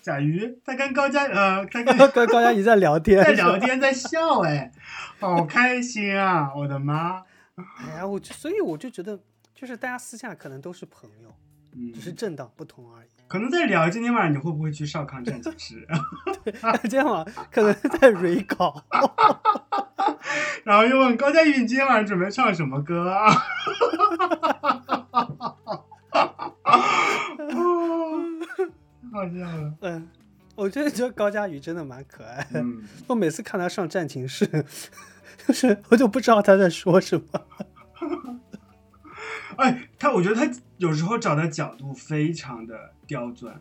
[SPEAKER 3] 甲鱼，他跟高佳呃，他跟
[SPEAKER 2] 高高佳怡在聊天，
[SPEAKER 3] 在聊天，在笑，哎，好开心啊！我的妈，
[SPEAKER 2] 哎呀，我就所以我就觉得，就是大家私下可能都是朋友，
[SPEAKER 3] 嗯
[SPEAKER 2] 只，是政党不同而已。
[SPEAKER 3] 可能在聊今天晚上你会不会去少康站寝室，
[SPEAKER 2] 今天晚上啊可能在蕊稿，
[SPEAKER 3] 然后又问高佳宇你今天晚上准备唱什么歌啊？ 哦好笑啊 了，
[SPEAKER 2] 嗯，我真的觉得高佳宇真的蛮可爱的。
[SPEAKER 3] 嗯，
[SPEAKER 2] 我每次看他上战情室， 就是我就不知道他在说什么。
[SPEAKER 3] 哎，他我觉得他有时候找的角度非常的刁钻，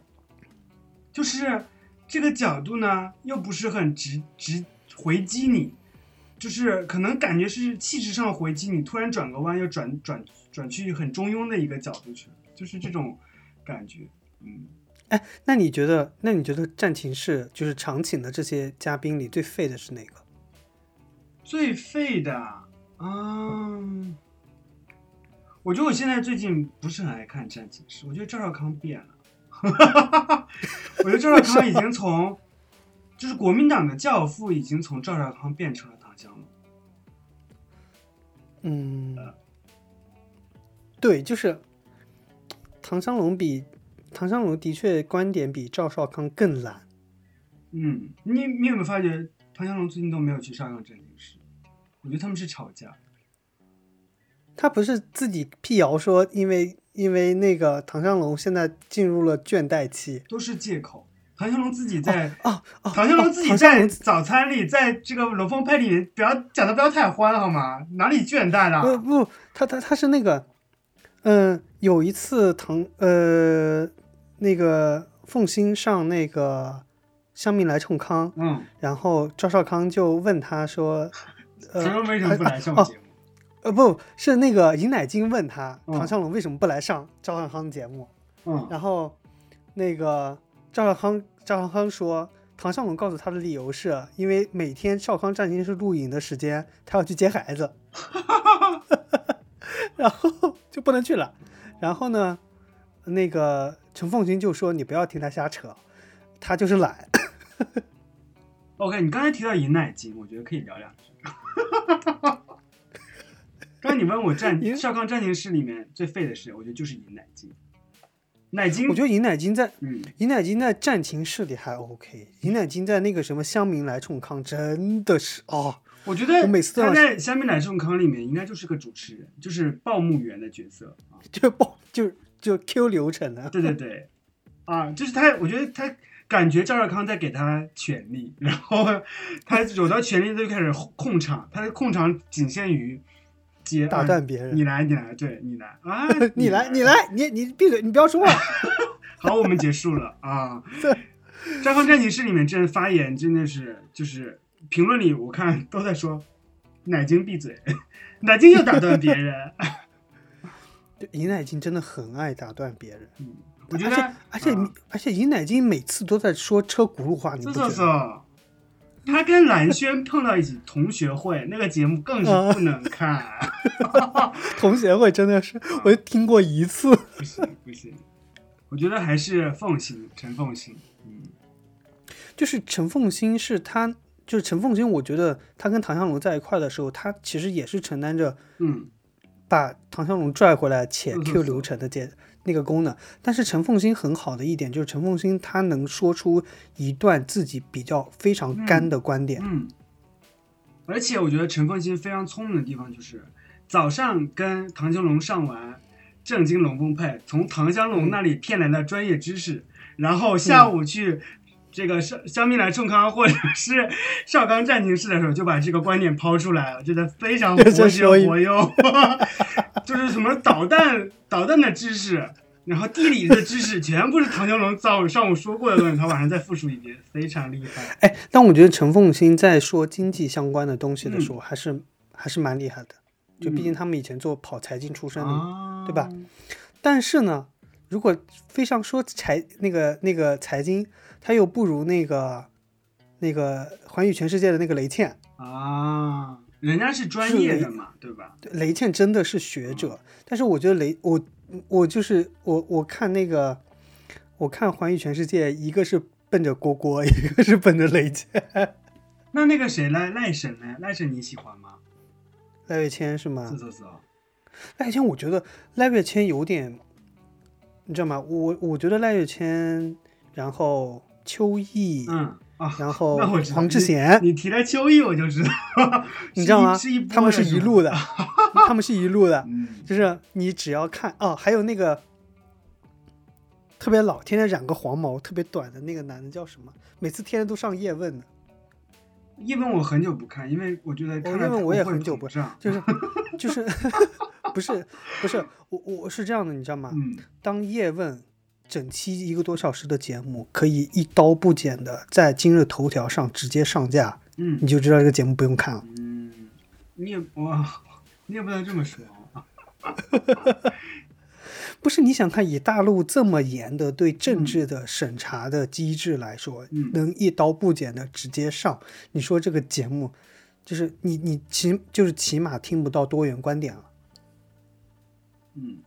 [SPEAKER 3] 就是这个角度呢又不是很直直回击你，就是可能感觉是气势上回击你，突然转个弯又转转转去很中庸的一个角度去了，就是这种感觉，嗯，
[SPEAKER 2] 哎，那你觉得，那你觉得战情室就是常请的这些嘉宾里最废的是哪个？
[SPEAKER 3] 最废的啊。嗯我觉得我现在最近不是很爱看战警室，我觉得赵少康变了。 我觉得赵少康已经从，就是国民党的教父，已经从赵少康变成了唐湘龙。
[SPEAKER 2] 嗯，对，就是唐湘龙比唐湘龙的确观点比赵少康更懒。
[SPEAKER 3] 嗯，你你有没有发觉唐湘龙最近都没有去上上战警室？我觉得他们是吵架。
[SPEAKER 2] 他不是自己辟谣说，因为因为那个唐湘龙现在进入了倦怠期。
[SPEAKER 3] 都是借口。唐湘龙自己在，
[SPEAKER 2] 哦哦
[SPEAKER 3] 唐湘龙
[SPEAKER 2] 哦
[SPEAKER 3] 自己
[SPEAKER 2] 唐湘
[SPEAKER 3] 在
[SPEAKER 2] 龙
[SPEAKER 3] 早餐里，在这个龙凤配里面，不要讲的不要太欢好吗？哪里倦怠
[SPEAKER 2] 啊不
[SPEAKER 3] 了？
[SPEAKER 2] 不，他他他是那个，嗯、有一次唐呃那个凤新上那个香蜜来冲康，
[SPEAKER 3] 嗯，
[SPEAKER 2] 然后赵少康就问他说，呃
[SPEAKER 3] 唐湘龙为什么不来上
[SPEAKER 2] 啊啊
[SPEAKER 3] 节目？
[SPEAKER 2] 呃不是那个尹乃菁问他
[SPEAKER 3] 嗯
[SPEAKER 2] 唐湘龙为什么不来上赵少康的节目，
[SPEAKER 3] 嗯
[SPEAKER 2] 然后那个赵少康，赵少康说，唐向龙告诉他的理由是因为每天少康战情室录影的时间，他要去接孩子，然后就不能去了。然后呢，那个陈凤新就说你不要听他瞎扯。他就是懒。
[SPEAKER 3] OK，你刚才提到银奶金，我觉得可以聊两句。 刚才你问我
[SPEAKER 2] 银
[SPEAKER 3] 战少康战情室里面最废的事，我觉得就是银奶金。奶金，
[SPEAKER 2] 我觉得尹乃金在
[SPEAKER 3] 嗯，
[SPEAKER 2] 尹乃金在战情室里还 OK，尹乃金在那个什么乡民来冲康真的是哦，
[SPEAKER 3] 我觉得
[SPEAKER 2] 我每次都要
[SPEAKER 3] 他在《香槟奶仲康》里面应该就是个主持人，就是报幕员的角色啊。
[SPEAKER 2] 就爆就就 Q 流程啊，
[SPEAKER 3] 对对对，啊，就是他，我觉得他感觉赵少康在给他权力，然后他有到权力他就开始控场，他的控场仅限于接
[SPEAKER 2] 打
[SPEAKER 3] 啊
[SPEAKER 2] 断别人，
[SPEAKER 3] 你来，你来，对你来啊
[SPEAKER 2] 你来你，来你你闭嘴，你不要说话。
[SPEAKER 3] 好，我们结束了啊。
[SPEAKER 2] 对，
[SPEAKER 3] 赵康战情室里面真的发言真的是就是评论里我看都在说奶精闭嘴， 奶精又打断 别人，
[SPEAKER 2] 对尹乃金真的很爱打断别人，
[SPEAKER 3] 我觉
[SPEAKER 2] 而
[SPEAKER 3] 得
[SPEAKER 2] 且而且你、
[SPEAKER 3] 啊
[SPEAKER 2] 而且尹乃金每次都在说车轱辘话，你
[SPEAKER 3] 这
[SPEAKER 2] 不
[SPEAKER 3] 这
[SPEAKER 2] 觉得？
[SPEAKER 3] 这，他跟蓝轩碰到一起同学会，那个节目更是不能看，
[SPEAKER 2] 同学会真的
[SPEAKER 3] 啊
[SPEAKER 2] 是，我就听过一次。
[SPEAKER 3] 不行不行。我觉得还是凤行，陈凤行，嗯，
[SPEAKER 2] 就是陈凤新是他，就是陈凤新，我觉得他跟唐湘龙在一块的时候，他其实也是承担着
[SPEAKER 3] 嗯，
[SPEAKER 2] 把唐湘龙拽回来且
[SPEAKER 3] 是是
[SPEAKER 2] Q
[SPEAKER 3] 是
[SPEAKER 2] 流程的这那个功能。但是陈凤新很好的一点就是陈凤新他能说出一段自己比较非常干的观点，
[SPEAKER 3] 嗯，而且我觉得陈凤新非常聪明的地方就是，早上跟唐湘龙上完正经龙凤配，从唐湘
[SPEAKER 2] 嗯
[SPEAKER 3] 龙那里骗来的专业知识，然后下午去这个上香蜜来冲康或者是少康战情室的时候，就把这个观点抛出来了，真的非常活
[SPEAKER 2] 再
[SPEAKER 3] 学
[SPEAKER 2] 说一
[SPEAKER 3] 活用， 就是什么导弹导弹的知识。然后地理的知识全部是唐湘龙早上午说过的东西，他晚上再复述一遍，非常厉害。
[SPEAKER 2] 哎，但我觉得陈凤新在说经济相关的东西的时候，还是还是蛮厉害的。就毕竟他们以前做跑财经出身的嘛，
[SPEAKER 3] 啊
[SPEAKER 2] 对吧？但是呢，如果非常说财那个那个财经，他又不如那个那个环宇全世界的那个雷倩。
[SPEAKER 3] 啊，人家是专业的嘛，对吧？
[SPEAKER 2] 对雷倩真的是学者，但是我觉得雷我我就是我我看那个我看环宇全世界，一个是奔着郭郭，一个是奔着雷倩。
[SPEAKER 3] 那那个谁赖赖神呢？赖神你喜欢吗？
[SPEAKER 2] 赖月谦是吗？
[SPEAKER 3] 是是是哦，
[SPEAKER 2] 赖月谦，我觉得赖月谦有点，你知道吗？我我觉得赖月谦，然后秋意，
[SPEAKER 3] 嗯啊，
[SPEAKER 2] 然后
[SPEAKER 3] 那我知道
[SPEAKER 2] 黄志贤，
[SPEAKER 3] 你提到秋意我就知道，
[SPEAKER 2] 你知道吗
[SPEAKER 3] 是一是一？波
[SPEAKER 2] 他们是一路
[SPEAKER 3] 的
[SPEAKER 2] 的，他们是一路的
[SPEAKER 3] 吧，，嗯，
[SPEAKER 2] 就是你只要看哦，还有那个特别老，天天染个黄毛，特别短的那个男的叫什么？每次天天都上叶问的，
[SPEAKER 3] 叶问我很久不看，因为我觉得看了
[SPEAKER 2] 叶哦问我也
[SPEAKER 3] 会
[SPEAKER 2] 很久
[SPEAKER 3] 膨
[SPEAKER 2] 不
[SPEAKER 3] 胀，
[SPEAKER 2] 就是就是 不是不是我我是这样的，你知道吗？
[SPEAKER 3] 嗯
[SPEAKER 2] 当叶问整期一个多小时的节目可以一刀不剪的在今日头条上直接上架，你
[SPEAKER 3] 嗯
[SPEAKER 2] 就知道这个节目不用看了。
[SPEAKER 3] 嗯，你也哇，你也不能这么说啊，
[SPEAKER 2] 不是你想看，以大陆这么严的对政治的审查的机制来说，
[SPEAKER 3] 嗯
[SPEAKER 2] 能一刀不剪的直接上，你说这个节目，就是你你起就是起码听不到多元观点了。
[SPEAKER 3] 嗯，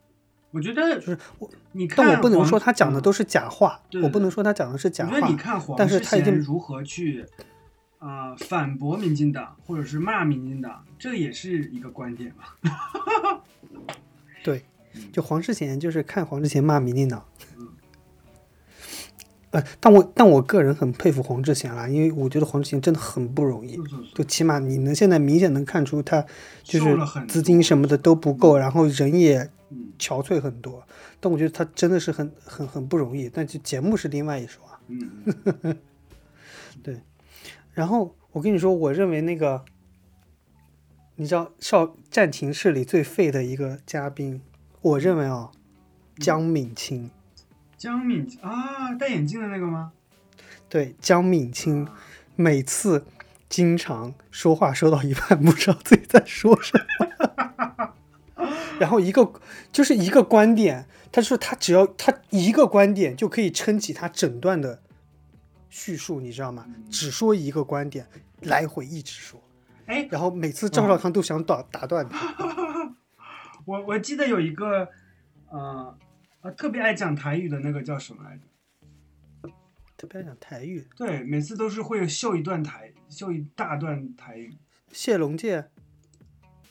[SPEAKER 3] 我觉得就是
[SPEAKER 2] 我，
[SPEAKER 3] 你看
[SPEAKER 2] 但
[SPEAKER 3] 黄，
[SPEAKER 2] 我不能说他讲的都是假话，
[SPEAKER 3] 对
[SPEAKER 2] 我不能说他讲的是假
[SPEAKER 3] 我觉得你
[SPEAKER 2] 话。
[SPEAKER 3] 看黄
[SPEAKER 2] 但是
[SPEAKER 3] 志
[SPEAKER 2] 他已经
[SPEAKER 3] 贤如何去呃反驳民进党，或者是骂民进党，这也是一个观点吧。
[SPEAKER 2] 对，
[SPEAKER 3] 嗯
[SPEAKER 2] 就黄志贤就是看黄志贤骂民进党。呃，但我但我个人很佩服黄志贤啦，因为我觉得黄志贤真的很不容易。
[SPEAKER 3] 是是是
[SPEAKER 2] 就起码你能现在明显能看出他就
[SPEAKER 3] 嗯瘦了
[SPEAKER 2] 是
[SPEAKER 3] 很
[SPEAKER 2] 资金什么的都不够，然后人也
[SPEAKER 3] 嗯
[SPEAKER 2] 憔悴很多。但我觉得他真的是很很很不容易，但就节目是另外一说啊。
[SPEAKER 3] 嗯，嗯
[SPEAKER 2] 然后我跟你说，我认为那个，你知道少战情室里最废的一个嘉宾，我认为啊、
[SPEAKER 3] 嗯
[SPEAKER 2] 江敏清，
[SPEAKER 3] 江敏啊，戴眼镜的那个吗？
[SPEAKER 2] 对江敏清，
[SPEAKER 3] 啊
[SPEAKER 2] 每次经常说话说到一半不知道自己在说什么， 然后一个就是一个观点，他说他只要他一个观点就可以撑起他整段的叙述，你知道吗？只说一个观点，来回一直说，
[SPEAKER 3] 哎，
[SPEAKER 2] 然后每次赵少康都想打打断他，
[SPEAKER 3] 我我记得有一个呃呃特别爱讲台语的那个叫什么来着？
[SPEAKER 2] 特别爱讲台语。
[SPEAKER 3] 对，每次都是会秀一段台，秀一大段台语，
[SPEAKER 2] 谢龙介，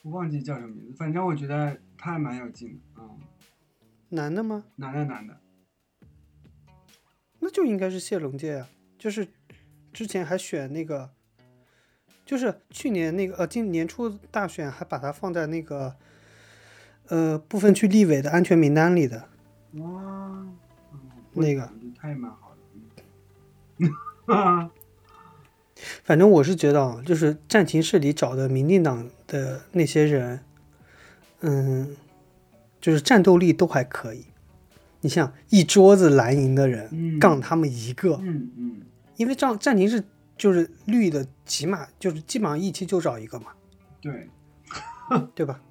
[SPEAKER 3] 我忘记叫什么名字，反正我觉得他还蛮有劲的啊、嗯
[SPEAKER 2] 男的吗？
[SPEAKER 3] 男的男的，
[SPEAKER 2] 那就应该是谢龙介啊，就是之前还选那个，就是去年那个呃，今年初大选还把他放在那个呃部分区立委的安全名单里的。
[SPEAKER 3] 哇，
[SPEAKER 2] 那个
[SPEAKER 3] 他也蛮好的，嗯
[SPEAKER 2] 反正我是觉得啊，就是战情室里找的民进党的那些人，嗯，就是战斗力都还可以。你像一桌子蓝营的人、
[SPEAKER 3] 嗯
[SPEAKER 2] 杠他们一个，
[SPEAKER 3] 嗯嗯，
[SPEAKER 2] 因为战战情室就是绿的，起码就是基本上一期就找一个嘛，
[SPEAKER 3] 对，
[SPEAKER 2] 对吧？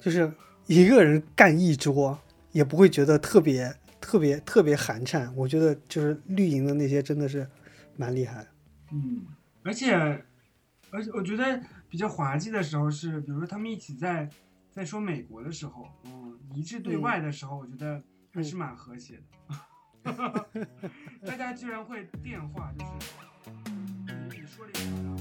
[SPEAKER 2] 就是一个人干一桌，也不会觉得特别特别特别寒碜。我觉得就是绿营的那些真的是蛮厉害的。
[SPEAKER 3] 嗯，而且而且我觉得比较滑稽的时候是，比如说他们一起在在说美国的时候，嗯，一致对
[SPEAKER 2] 嗯
[SPEAKER 3] 外的时候，我觉得还是蛮和谐 的。嗯大家居然会电话，就是你你说了一个。